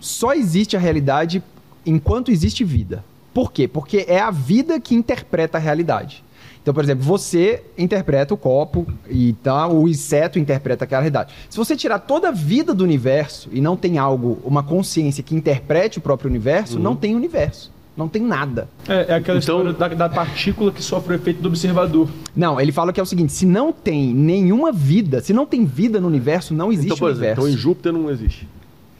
Speaker 1: só existe a realidade enquanto existe vida. Por quê? Porque é a vida que interpreta a realidade. Então, por exemplo, você interpreta o copo e tal, o inseto interpreta aquela realidade. Se você tirar toda a vida do universo e não tem algo, uma consciência que interprete o próprio universo,
Speaker 2: Uhum.
Speaker 1: não tem universo, não tem nada.
Speaker 2: É, é aquela
Speaker 3: Então-
Speaker 2: história da, da partícula que sofre o efeito do observador.
Speaker 1: Não, ele fala que é o seguinte: se não tem nenhuma vida, se não tem vida no universo, não existe
Speaker 3: então, por exemplo,
Speaker 1: universo.
Speaker 3: então em Júpiter não existe.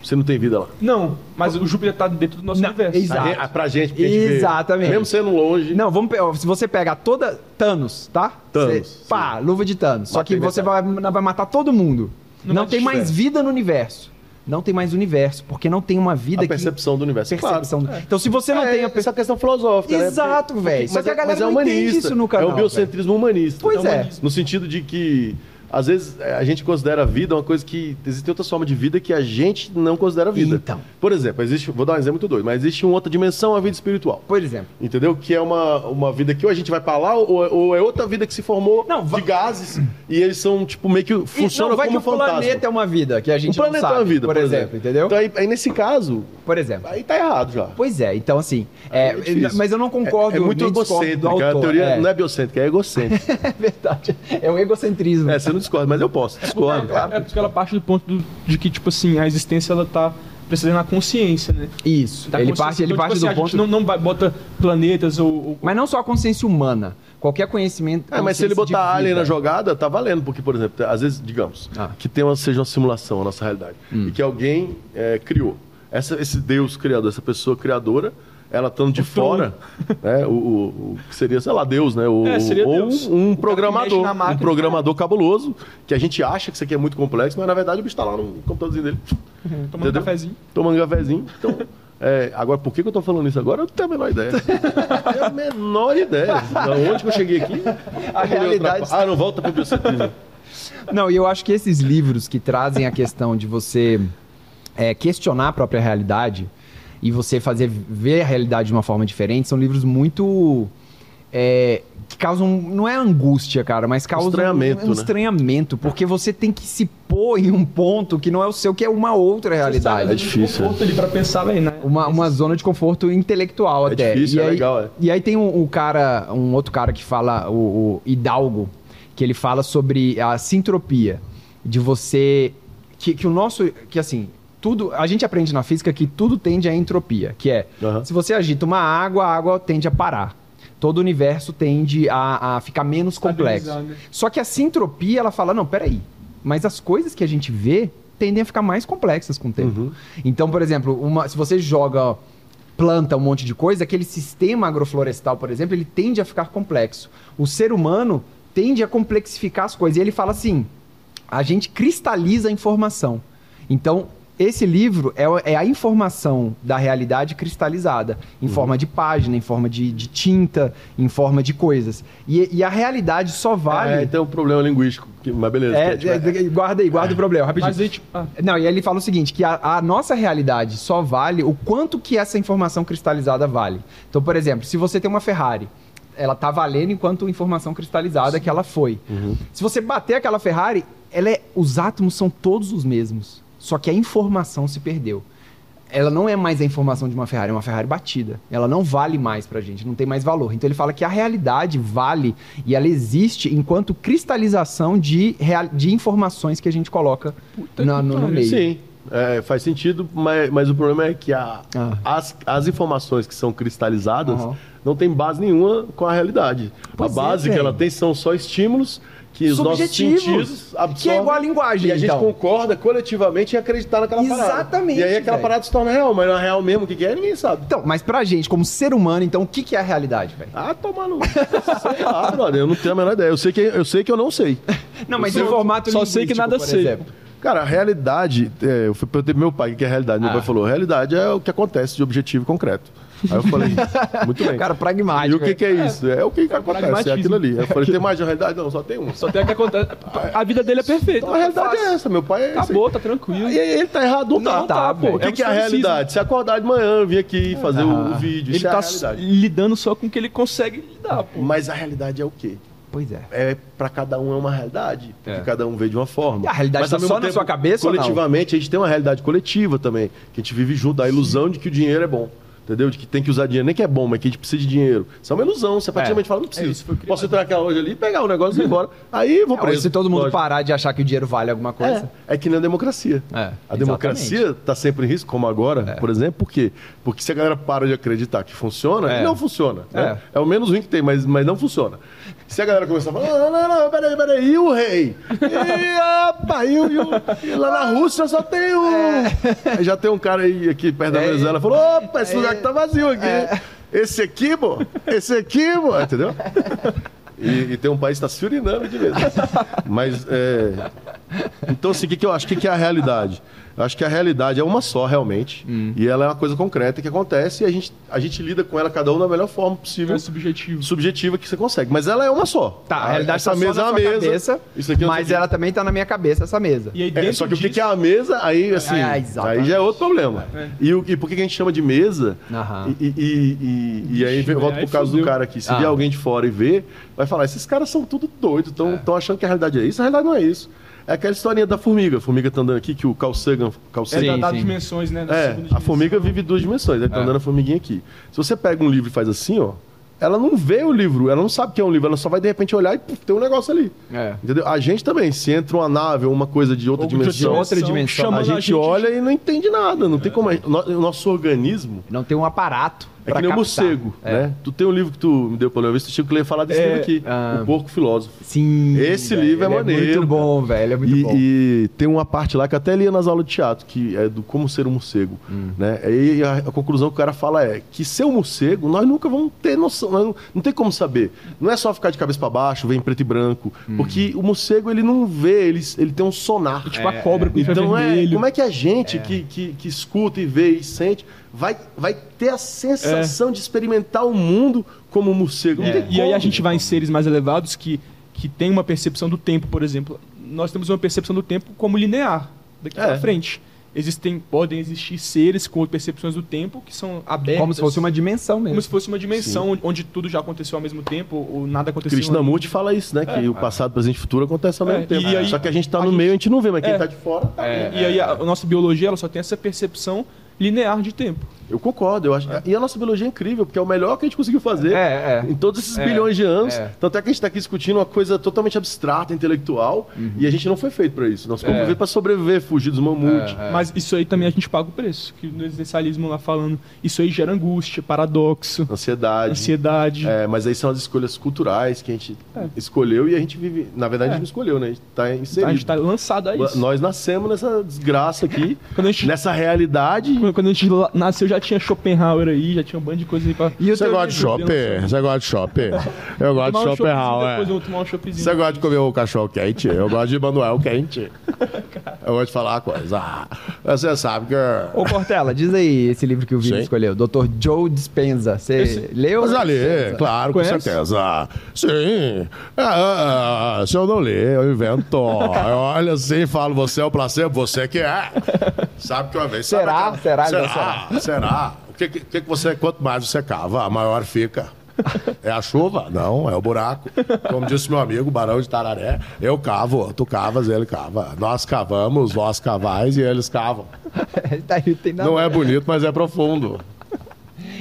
Speaker 3: Você não tem vida lá.
Speaker 2: Não, mas o Júpiter tá dentro do nosso
Speaker 1: Não,
Speaker 2: universo.
Speaker 1: exato.
Speaker 3: A re- a- Pra gente, porque a gente vê.
Speaker 1: Exatamente.
Speaker 3: Mesmo sendo longe.
Speaker 1: Não, vamos pe- ó, se você pegar toda Thanos, tá?
Speaker 3: Thanos,
Speaker 1: Você- pá, luva de Thanos. Só
Speaker 3: Matei
Speaker 1: que você vai, vai matar todo mundo. Não,
Speaker 2: Não vai
Speaker 1: tem
Speaker 2: te
Speaker 1: mais
Speaker 3: tiver.
Speaker 1: vida no universo. Não tem mais universo, porque não tem uma vida
Speaker 3: a
Speaker 1: que
Speaker 3: percepção do universo.
Speaker 1: percepção.
Speaker 3: Claro.
Speaker 1: Então se você não
Speaker 3: É,
Speaker 1: tem a
Speaker 3: essa questão filosófica, né?
Speaker 1: Exato,
Speaker 3: Porque-
Speaker 1: velho. Só
Speaker 3: mas
Speaker 1: que a
Speaker 3: é-
Speaker 1: galera
Speaker 3: mas é
Speaker 1: não
Speaker 3: humanista.
Speaker 1: entende isso no canal,
Speaker 3: É o biocentrismo humanista. um
Speaker 1: Pois é.
Speaker 3: humanismo. No sentido de que, às vezes, é, a gente considera a vida uma coisa que... Existe outra forma de vida que a gente não considera vida.
Speaker 1: Então.
Speaker 3: Por exemplo, existe... Vou dar um exemplo muito doido, mas existe uma outra dimensão, a vida espiritual.
Speaker 1: Por exemplo.
Speaker 3: Entendeu? Que é uma, uma vida que ou a gente vai pra lá, ou, ou é outra vida que se formou
Speaker 1: Não, va-
Speaker 3: de gases, e eles são, tipo, meio que
Speaker 1: E
Speaker 3: funcionam
Speaker 1: não vai
Speaker 3: como
Speaker 1: que o planeta é uma vida que a
Speaker 3: O
Speaker 1: gente não
Speaker 3: planeta
Speaker 1: sabe,
Speaker 3: é uma vida,
Speaker 1: por, exemplo, entendeu?
Speaker 3: Então, aí, aí, nesse caso,
Speaker 1: Por exemplo.
Speaker 3: aí tá errado já.
Speaker 1: Pois é, então assim, é,
Speaker 3: é difícil.
Speaker 1: mas eu não concordo
Speaker 3: É muito
Speaker 1: nem discordo do
Speaker 3: egocêntrica. A
Speaker 1: autor,
Speaker 3: teoria
Speaker 1: é.
Speaker 3: não é biocêntrica, é egocêntrica.
Speaker 1: É verdade. É um egocentrismo.
Speaker 3: é, você não discorda, mas eu posso. Discordo.
Speaker 2: É, é porque ela parte do ponto do- de que, tipo assim, a existência ela tá precisando da consciência, né?
Speaker 1: Isso.
Speaker 3: tá
Speaker 2: Da
Speaker 1: ele
Speaker 2: consciência.
Speaker 1: parte, ele
Speaker 2: Então,
Speaker 1: parte
Speaker 2: tipo
Speaker 1: do
Speaker 2: assim, A
Speaker 1: ponto.
Speaker 2: gente não, não vai- bota planetas ou, ou
Speaker 1: Mas não só a consciência humana. Qualquer conhecimento.
Speaker 3: É, mas se ele
Speaker 1: consciência
Speaker 3: botar
Speaker 1: de
Speaker 3: alien
Speaker 1: vida.
Speaker 3: na jogada, tá valendo, porque, por exemplo, às vezes, digamos,
Speaker 1: Ah.
Speaker 3: que tem uma, seja uma simulação a nossa realidade,
Speaker 2: Hum.
Speaker 3: e que alguém é, criou. Essa, esse Deus criador, essa pessoa criadora, ela estando de fora, né, o, o- o que seria, sei lá, Deus, né? O,
Speaker 2: É, seria
Speaker 3: ou
Speaker 2: Deus.
Speaker 3: um
Speaker 2: mexe
Speaker 3: programador,
Speaker 2: na
Speaker 3: um
Speaker 2: máquina.
Speaker 3: programador cabuloso, que a gente acha que isso aqui é muito complexo, mas na verdade o bicho tá lá no computadorzinho dele,
Speaker 1: Uhum.
Speaker 2: tomando
Speaker 3: Entendeu?
Speaker 2: cafezinho.
Speaker 3: tomando um cafezinho. Então, É, agora, por que, que eu tô falando isso agora? Eu não tenho a menor ideia. Eu tenho a menor ideia. Onde que eu cheguei aqui?
Speaker 1: A realidade-
Speaker 3: Ah, não, volta pro biocentrismo.
Speaker 1: Não, e eu acho que esses livros que trazem a questão de você é, questionar a própria realidade e você fazer ver a realidade de uma forma diferente são livros muito. é, que causam. Não é angústia, cara, mas causam.
Speaker 3: Estranhamento,
Speaker 1: um,
Speaker 3: né?
Speaker 1: estranhamento, porque você tem que se pôr em um ponto que não é o seu, que é uma outra
Speaker 3: É
Speaker 1: realidade.
Speaker 3: difícil,
Speaker 2: Conforto um ali pra pensar, velho, né?
Speaker 1: Uma, uma zona de conforto intelectual
Speaker 3: É
Speaker 1: até.
Speaker 3: difícil,
Speaker 1: e
Speaker 3: é
Speaker 1: aí,
Speaker 3: legal, é.
Speaker 1: E aí tem um, um cara, um outro cara que fala, o, o Hidalgo, que ele fala sobre a sintropia, de você. Que, que o nosso. Que assim, tudo. A gente aprende na física que tudo tende à entropia, que é.
Speaker 3: Aham.
Speaker 1: Se você agita uma água, a água tende a parar. Todo o universo tende a, a ficar menos complexo.
Speaker 2: Estabilizar, né?
Speaker 1: Só que a sintropia, ela fala, não, peraí, mas as coisas que a gente vê tendem a ficar mais complexas com o tempo. Então, por exemplo, uma- se você joga, planta um monte de coisa, aquele sistema agroflorestal, por exemplo, ele tende a ficar complexo. O ser humano tende a complexificar as coisas. E ele fala assim, a gente cristaliza a informação. Então, esse livro é, o- é a informação da realidade cristalizada, em forma de página, em forma de, de tinta, em forma de coisas. E, e a realidade só vale...
Speaker 3: É, tem um problema linguístico, que- mas beleza.
Speaker 1: É,
Speaker 3: que a gente vai-
Speaker 1: é, guarda aí, guarda o problema, rapidinho.
Speaker 2: Mas aí, tipo, ah,
Speaker 1: Não, e aí ele fala o seguinte, que a, a nossa realidade só vale o quanto que essa informação cristalizada vale. Então, por exemplo, se você tem uma Ferrari, ela tá valendo enquanto informação cristalizada que ela foi. Se você bater aquela Ferrari, ela é- os átomos são todos os mesmos, só que a informação se perdeu. Ela não é mais a informação de uma Ferrari, é uma Ferrari batida. Ela não vale mais pra gente, não tem mais valor. Então ele fala que a realidade vale e ela existe enquanto cristalização de, real- de informações que a gente coloca
Speaker 2: Puta
Speaker 1: na-
Speaker 2: que
Speaker 1: no, no
Speaker 2: pariu.
Speaker 1: meio.
Speaker 3: Sim, é, faz sentido, mas, mas o problema é que a-
Speaker 1: Ah.
Speaker 3: as, as informações que são cristalizadas
Speaker 1: Aham.
Speaker 3: não têm base nenhuma com a realidade.
Speaker 1: Pois
Speaker 3: a
Speaker 1: é,
Speaker 3: base que
Speaker 1: velho.
Speaker 3: ela tem são só estímulos que os nossos
Speaker 1: Subjetivos,
Speaker 3: sentidos absorvem.
Speaker 1: que é igual à linguagem,
Speaker 3: E a gente
Speaker 1: então.
Speaker 3: concorda coletivamente em acreditar naquela parada.
Speaker 1: Exatamente,
Speaker 3: E aí aquela
Speaker 1: velho.
Speaker 3: parada se torna real, mas não é real mesmo, o que, que é, ninguém sabe.
Speaker 1: Então, mas pra gente, como ser humano, então, o que, que é a realidade, velho?
Speaker 3: Ah, toma no. Sei lá, brother, eu não tenho a menor ideia. Eu sei que eu, sei que eu não sei.
Speaker 1: Não, mas em formato
Speaker 2: só sei que nada
Speaker 1: por
Speaker 2: sei.
Speaker 1: exemplo.
Speaker 3: Cara, a realidade, é, eu fui perguntei pro meu pai o que é a realidade. Meu
Speaker 1: Ah.
Speaker 3: pai falou: realidade é o que acontece de objetivo concreto. Aí eu falei: muito bem.
Speaker 1: É um Cara,
Speaker 3: E
Speaker 1: pragmático.
Speaker 3: o que, que é isso? É o que, que acontece, é
Speaker 2: pragmatismo.
Speaker 3: aquilo ali. Eu falei, tem mais de uma realidade? Não, só tem um. Só
Speaker 2: só tem a que acontece. A vida dele é perfeita.
Speaker 3: então, a realidade é essa, meu pai é esse
Speaker 2: Acabou,
Speaker 3: aí.
Speaker 2: tá tranquilo.
Speaker 3: E aí, ele tá errado ou
Speaker 1: Não
Speaker 3: tá?
Speaker 1: tá,
Speaker 3: pô.
Speaker 1: velho.
Speaker 3: O que,
Speaker 2: É um
Speaker 3: que é a
Speaker 2: estoicismo.
Speaker 3: realidade? Se acordar de manhã, vir aqui fazer o, o vídeo,
Speaker 2: Ele
Speaker 3: isso é
Speaker 2: tá
Speaker 3: a realidade.
Speaker 2: lidando só com o que ele consegue lidar, pô.
Speaker 3: Mas a realidade é o quê?
Speaker 1: Pois é.
Speaker 3: É, pra cada um é uma realidade, porque
Speaker 1: É.
Speaker 3: cada um vê de uma forma.
Speaker 1: E a realidade
Speaker 3: Mas,
Speaker 1: tá
Speaker 3: ao mesmo
Speaker 1: só na sua cabeça ou não?
Speaker 3: Coletivamente, a gente tem uma realidade coletiva também, que a gente vive junto, da ilusão de que o dinheiro é bom. Entendeu? De que tem que usar dinheiro, nem que é bom, mas que a gente precisa de dinheiro. Isso é uma ilusão. Você praticamente fala, não
Speaker 2: É, isso
Speaker 3: preciso.
Speaker 2: foi criado.
Speaker 3: Posso entrar aqui hoje ali, pegar o negócio e ir embora. Aí eu vou
Speaker 1: É, hoje,
Speaker 3: preso.
Speaker 1: se todo mundo
Speaker 3: Lógico.
Speaker 1: parar de achar que o dinheiro vale alguma coisa.
Speaker 3: É, é que nem a democracia.
Speaker 1: É,
Speaker 3: a
Speaker 1: exatamente. É.
Speaker 3: democracia está sempre em risco, como agora, por exemplo, por quê? Porque se a galera para de acreditar que funciona,
Speaker 1: É.
Speaker 3: não funciona. né?
Speaker 1: É.
Speaker 3: É. o menos ruim que tem, mas, mas não funciona. Se a galera começar a falar, "Ah, não, não, não, peraí, peraí, e o rei? E, opa, e, o- e o- e lá na Rússia só tem um. Aí Já tem um cara aí aqui perto da
Speaker 1: É.
Speaker 3: Venezuela falou: opa, esse lugar que tá vazio aqui. Esse aqui, pô, esse aqui, pô, entendeu? E, e tem um país que está se urinando de medo. Mas é, então, assim, o que, que eu acho? O que, que é a realidade? Eu acho que a realidade é uma só, realmente.
Speaker 1: Hum.
Speaker 3: E ela é uma coisa concreta que acontece e a gente, a gente lida com ela cada um da melhor forma possível,
Speaker 2: É subjetivo.
Speaker 3: subjetiva que você consegue. Mas ela é uma só.
Speaker 1: Tá, a realidade
Speaker 3: essa
Speaker 1: tá
Speaker 3: mesa
Speaker 1: só na
Speaker 3: é
Speaker 1: sua
Speaker 3: uma mesa.
Speaker 1: cabeça,
Speaker 3: Isso aqui é
Speaker 1: mas
Speaker 3: outra-
Speaker 1: ela também tá na minha cabeça, essa mesa.
Speaker 2: E aí
Speaker 3: É,
Speaker 2: dentro
Speaker 3: só que o que,
Speaker 2: disso,
Speaker 3: que é a mesa, aí assim,
Speaker 1: É, exatamente.
Speaker 3: aí já é outro problema. E, o, e por que que a gente chama de mesa?
Speaker 1: Aham.
Speaker 3: E, e- e- e- e aí
Speaker 2: Vixe,
Speaker 3: eu volto
Speaker 2: aí
Speaker 3: pro caso do
Speaker 2: fudeu.
Speaker 3: cara aqui. Se
Speaker 1: Ah.
Speaker 3: vier alguém de fora e ver, vai falar, esses caras são tudo doidos, estão achando que a realidade é isso, a realidade não é isso. É aquela historinha da formiga. A formiga tá andando aqui, que o Carl Sagan... Carl
Speaker 2: é
Speaker 3: Sagan
Speaker 2: da- das
Speaker 1: sim.
Speaker 2: dimensões, né? da
Speaker 3: é,
Speaker 2: segunda
Speaker 3: a formiga
Speaker 2: dimensão.
Speaker 3: vive duas dimensões. Aí tá
Speaker 1: É.
Speaker 3: andando a formiguinha aqui. Se você pega um livro e faz assim, ó, ela não vê o livro, ela não sabe o que é um livro, ela só vai de repente olhar e puf, tem um negócio ali.
Speaker 1: É.
Speaker 3: Entendeu? A gente também, se entra uma nave ou uma coisa de outra
Speaker 2: Ou de outra
Speaker 3: dimensão,
Speaker 1: outra dimensão.
Speaker 3: a
Speaker 2: Chamando
Speaker 3: gente, olha e não entende nada. Não tem como. a- no- O nosso organismo
Speaker 1: Não tem um aparato.
Speaker 3: É que nem o morcego, né? Tu tem um livro que tu me deu pra ler uma vez, tu tinha que ler falar desse
Speaker 2: É,
Speaker 3: livro aqui,
Speaker 1: ah.
Speaker 3: O Porco Filósofo.
Speaker 1: Sim.
Speaker 3: Esse
Speaker 1: velho,
Speaker 3: livro é
Speaker 1: ele
Speaker 3: maneiro,
Speaker 1: muito bom, velho. É muito
Speaker 3: e,
Speaker 1: bom.
Speaker 3: e tem uma parte lá que eu até lia nas aulas de teatro, que é do como ser um morcego. Né? E a, a conclusão que o cara fala é que ser um morcego, nós nunca vamos ter noção, nós não, não tem como saber. Não é só ficar de cabeça pra baixo, ver em preto e branco, porque o morcego ele não vê, ele, ele tem um sonar.
Speaker 2: Tipo a cobra com
Speaker 3: Então é,
Speaker 2: vermelho.
Speaker 3: como é que a gente que, que, que escuta e vê e sente vai, vai ter a sensação de experimentar o mundo como um morcego? Não tem
Speaker 2: É. E aí a
Speaker 3: como.
Speaker 2: gente vai em seres mais elevados que, que tem uma percepção do tempo, por exemplo. Nós temos uma percepção do tempo como linear, daqui
Speaker 3: É.
Speaker 2: pra frente. Existem, podem existir seres com percepções do tempo que são abertas.
Speaker 1: Como se fosse uma dimensão
Speaker 2: como
Speaker 1: mesmo.
Speaker 2: se fosse uma dimensão onde tudo já aconteceu ao mesmo tempo, ou nada aconteceu.
Speaker 3: Krishnamurti fala isso, né? Que o passado, presente e futuro acontece ao
Speaker 2: É,
Speaker 3: mesmo tempo.
Speaker 2: e aí-
Speaker 3: Só que a gente tá
Speaker 2: a
Speaker 3: no
Speaker 2: gente-
Speaker 3: meio, a gente não vê, mas quem
Speaker 2: É.
Speaker 3: tá de fora tá.
Speaker 2: E aí a, a nossa biologia ela só tem essa percepção linear de tempo.
Speaker 3: Eu concordo, eu acho. E a nossa biologia é incrível, porque é o melhor que a gente conseguiu fazer
Speaker 1: É, é.
Speaker 3: em todos esses bilhões de anos.
Speaker 1: é.
Speaker 3: Tanto é que a gente tá aqui discutindo uma coisa totalmente abstrata, intelectual,
Speaker 2: Uhum.
Speaker 3: e a gente não foi feito pra isso.
Speaker 2: É.
Speaker 3: Nós fomos viver pra sobreviver, fugir dos mamutes.
Speaker 2: Mas isso aí também a gente paga o preço. Que no existencialismo lá falando, isso aí gera angústia, paradoxo,
Speaker 3: Ansiedade.
Speaker 2: é. ansiedade.
Speaker 3: É, mas aí são as escolhas culturais que a gente escolheu e a gente vive. Na verdade, a gente não escolheu, né? A gente tá
Speaker 2: É. A
Speaker 3: inserido.
Speaker 2: gente tá lançado a isso.
Speaker 3: Nós nascemos nessa desgraça aqui,
Speaker 2: Quando a gente-
Speaker 3: nessa realidade.
Speaker 2: Quando, quando a gente la- nasceu já tinha Schopenhauer aí, já tinha um bando de coisa aí pra.
Speaker 1: E o
Speaker 4: Você
Speaker 1: teu
Speaker 4: gosta de
Speaker 1: livro?
Speaker 4: shopping?
Speaker 2: um
Speaker 4: Você gosta de shopping? Eu gosto de shopping
Speaker 2: Depois
Speaker 4: é.
Speaker 2: vamos tomar um chopezinho.
Speaker 4: Você gosta de comer o cachorro quente? Eu gosto de manuel quente. Eu gosto de falar uma coisa. Ah, Você sabe que...
Speaker 1: Ô, Cortella, diz aí esse livro que o Vini
Speaker 4: Sim.
Speaker 1: escolheu. Dr. Joe Dispenza. Você
Speaker 2: Esse-
Speaker 1: leu?
Speaker 4: Mas
Speaker 3: é.
Speaker 4: ali, claro, com
Speaker 2: Conhece?
Speaker 4: certeza. Sim. Ah, ah, ah, se eu não ler, eu invento. Eu olho assim e falo, você é o placebo, você que é. Sabe que uma vez... sabe
Speaker 1: Será?
Speaker 4: aquela-
Speaker 1: Será?
Speaker 4: Será? Será? O que, que, que que você... Quanto mais você cava, maior fica. É a chuva? Não, é o buraco. Como disse meu amigo, Barão de Tararé, eu cavo, tu cavas, ele cava. Nós cavamos, vós cavais e eles cavam.
Speaker 1: Tá aí, tem nada.
Speaker 4: Não é bonito, mas é profundo.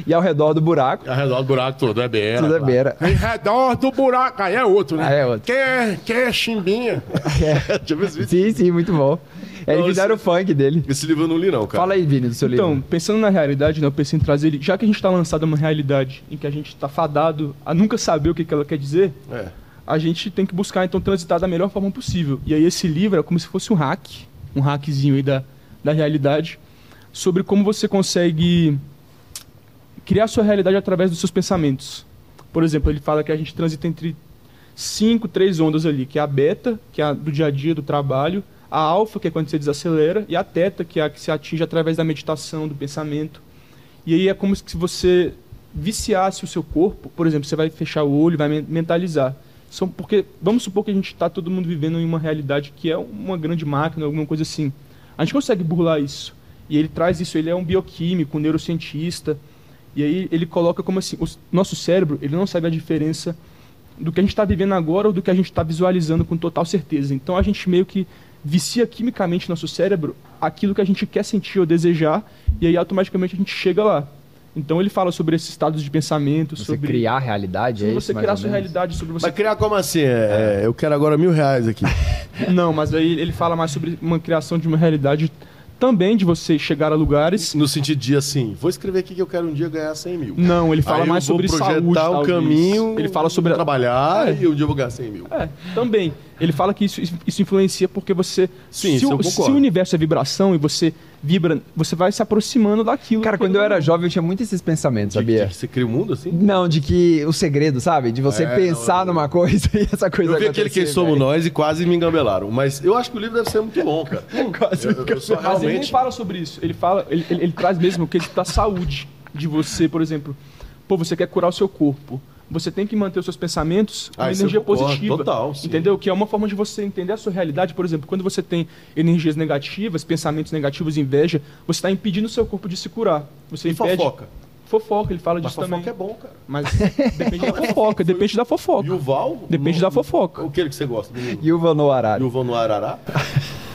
Speaker 1: E ao redor do buraco,
Speaker 4: Ao redor do buraco tudo é beira.
Speaker 1: Tudo é
Speaker 4: claro.
Speaker 1: beira.
Speaker 4: Em redor do buraco, aí é outro, né?
Speaker 1: Aí é outro.
Speaker 4: Que é, que é chimbinha.
Speaker 2: É.
Speaker 4: Deixa eu ver esse vídeo.
Speaker 1: Sim, sim, muito bom. É, Eles
Speaker 3: Não,
Speaker 1: fizeram o funk dele.
Speaker 3: Esse livro eu não li, não, Então, cara.
Speaker 1: Fala aí, Vini, do seu
Speaker 2: Então,
Speaker 1: livro.
Speaker 2: pensando na realidade, né, eu pensei em trazer ele. Já que a gente tá lançado numa realidade em que a gente tá fadado a nunca saber o que, que ela quer dizer,
Speaker 3: É.
Speaker 2: a gente tem que buscar, então, transitar da melhor forma possível. E aí esse livro é como se fosse um hack, um hackzinho aí da, da realidade, sobre como você consegue criar sua realidade através dos seus pensamentos. Por exemplo, ele fala que a gente transita entre cinco, três ondas ali, que é a beta, que é a do dia a dia, do trabalho, a alfa, que é quando você desacelera, e a teta, que é a que se atinge através da meditação, do pensamento. E aí é como se você viciasse o seu corpo, por exemplo, você vai fechar o olho, vai men- mentalizar. São porque vamos supor que a gente está todo mundo vivendo em uma realidade que é uma grande máquina, alguma coisa assim. A gente consegue burlar isso. E ele traz isso, ele é um bioquímico, um neurocientista. E aí ele coloca como assim, o s- nosso cérebro, ele não sabe a diferença do que a gente está vivendo agora ou do que a gente está visualizando com total certeza. Então a gente meio que vicia quimicamente nosso cérebro aquilo que a gente quer sentir ou desejar e aí automaticamente a gente chega lá. Então ele fala sobre esses estados de pensamento,
Speaker 1: Você
Speaker 2: sobre
Speaker 1: criar a realidade, é
Speaker 2: sobre
Speaker 1: isso,
Speaker 2: você
Speaker 1: mais
Speaker 2: criar
Speaker 1: ou
Speaker 2: sua
Speaker 1: menos?
Speaker 2: realidade, sobre você
Speaker 4: Mas criar como assim? É, é, eu quero agora mil reais aqui.
Speaker 2: Não, mas aí ele fala mais sobre uma criação de uma realidade também de você chegar a lugares.
Speaker 3: No sentido de assim, vou escrever aqui que eu quero um dia ganhar 100 mil.
Speaker 2: Não, ele fala
Speaker 3: Aí eu
Speaker 2: mais
Speaker 3: vou
Speaker 2: sobre
Speaker 3: projetar
Speaker 2: saúde.
Speaker 3: um
Speaker 2: talvez.
Speaker 3: caminho,
Speaker 2: Ele fala sobre a-
Speaker 3: Trabalhar e um dia eu vou ganhar 100 mil.
Speaker 2: É, também. Ele fala que isso, isso influencia porque você.
Speaker 3: Sim,
Speaker 2: se,
Speaker 3: isso
Speaker 2: o-
Speaker 3: eu concordo.
Speaker 2: se o universo é vibração e você vibra, você vai se aproximando daquilo.
Speaker 1: Cara, quando eu era jovem, eu tinha muito esses pensamentos,
Speaker 3: De- de
Speaker 1: sabia?
Speaker 3: que você cria o mundo assim?
Speaker 1: Não, de que o segredo, sabe? De você
Speaker 3: É,
Speaker 1: pensar
Speaker 3: não,
Speaker 1: numa coisa e essa coisa
Speaker 3: Eu vi aquele
Speaker 1: acontecer,
Speaker 3: Quem Somos
Speaker 1: velho.
Speaker 3: Nós e quase me engambelaram. Mas eu acho que o livro deve ser muito bom, cara. eu, eu, eu sou
Speaker 2: Mas ele nem
Speaker 3: realmente...
Speaker 2: fala sobre isso. Ele fala, ele, ele- ele traz mesmo o quesito da saúde de você, por exemplo. Pô, você quer curar o seu corpo. Você tem que manter os seus pensamentos com
Speaker 3: Ah, isso eu
Speaker 2: energia
Speaker 3: concordo,
Speaker 2: positiva.
Speaker 3: total, sim.
Speaker 2: Entendeu? Que é uma forma de você entender a sua realidade. Por exemplo, quando você tem energias negativas, pensamentos negativos, inveja, você está impedindo o seu corpo de se curar. Você
Speaker 3: E
Speaker 2: impede.
Speaker 3: fofoca.
Speaker 2: Fofoca, ele fala
Speaker 3: Mas
Speaker 2: disso
Speaker 3: fofoca
Speaker 2: também.
Speaker 3: é bom, cara.
Speaker 2: Mas depende da É fofoca, depende da
Speaker 3: E
Speaker 2: fofoca.
Speaker 3: o Val?
Speaker 2: Depende da fofoca.
Speaker 3: O que ele que você gosta do livro?
Speaker 1: E o Vano Arara.
Speaker 3: E o Val no Arará?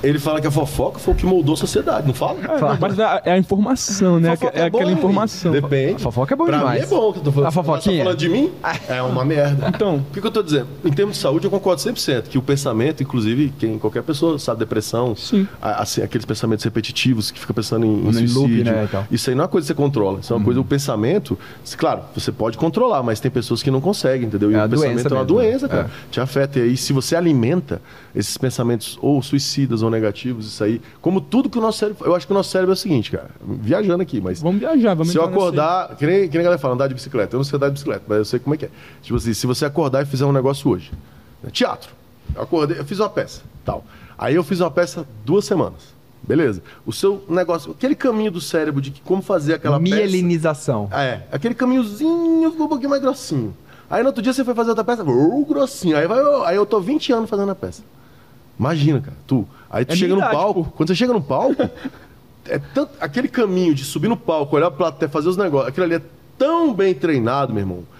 Speaker 3: Ele fala que a fofoca foi o que moldou a sociedade, não fala?
Speaker 2: É, não, mas é a informação, né?
Speaker 3: Fofoca
Speaker 2: É aquela
Speaker 3: ruim.
Speaker 2: informação.
Speaker 3: Depende.
Speaker 1: A fofoca é boa
Speaker 3: pra
Speaker 1: demais.
Speaker 3: mim é bom que eu tô falando.
Speaker 1: A fofoquinha? Ah.
Speaker 3: Tá falando de mim? É uma merda.
Speaker 2: Então.
Speaker 3: O que, que eu tô dizendo? Em termos de saúde, eu concordo 100% que o pensamento, inclusive, quem, qualquer pessoa sabe depressão,
Speaker 2: Sim.
Speaker 3: a- assim, aqueles pensamentos repetitivos que fica pensando em, em
Speaker 1: loop,
Speaker 3: suicídio.
Speaker 1: né, e tal. Uhum.
Speaker 3: Isso aí não é uma coisa que você controla. Isso é uma coisa, o pensamento, se- claro, você pode controlar, mas tem pessoas que não conseguem, entendeu? E
Speaker 1: É uma
Speaker 3: o pensamento
Speaker 1: doença
Speaker 3: é uma
Speaker 1: mesmo, né?
Speaker 3: doença, cara. Te afeta. E aí, se você alimenta esses pensamentos ou suicidas ou negativos, isso aí, como tudo que o nosso cérebro. Eu acho que o nosso cérebro é o seguinte, cara. Viajando aqui, mas.
Speaker 2: Vamos viajar, vamos
Speaker 3: Se eu
Speaker 2: entrar nessa aí.
Speaker 3: acordar, que nem, que nem a galera fala, andar de bicicleta. Eu não sei andar de bicicleta, mas eu sei como é que é. Tipo assim, se você acordar e fizer um negócio hoje, né? teatro. Eu acordei, eu fiz uma peça, tal. Aí eu fiz uma peça duas semanas. Beleza. O seu negócio, aquele caminho do cérebro de que como fazer aquela peça.
Speaker 1: Mielinização.
Speaker 3: Ah, É, aquele caminhozinho ficou um pouquinho mais grossinho. Aí no outro dia você foi fazer outra peça, uh, grossinho. Aí, vai, aí eu tô 20 anos fazendo a peça. Imagina, cara, tu. Aí tu
Speaker 2: É
Speaker 3: chega no
Speaker 2: minha idade,
Speaker 3: palco,
Speaker 2: pô.
Speaker 3: quando você chega no palco, é tanto, aquele caminho de subir no palco, olhar pra plateia, fazer os negócios, aquilo ali é tão bem treinado, meu irmão,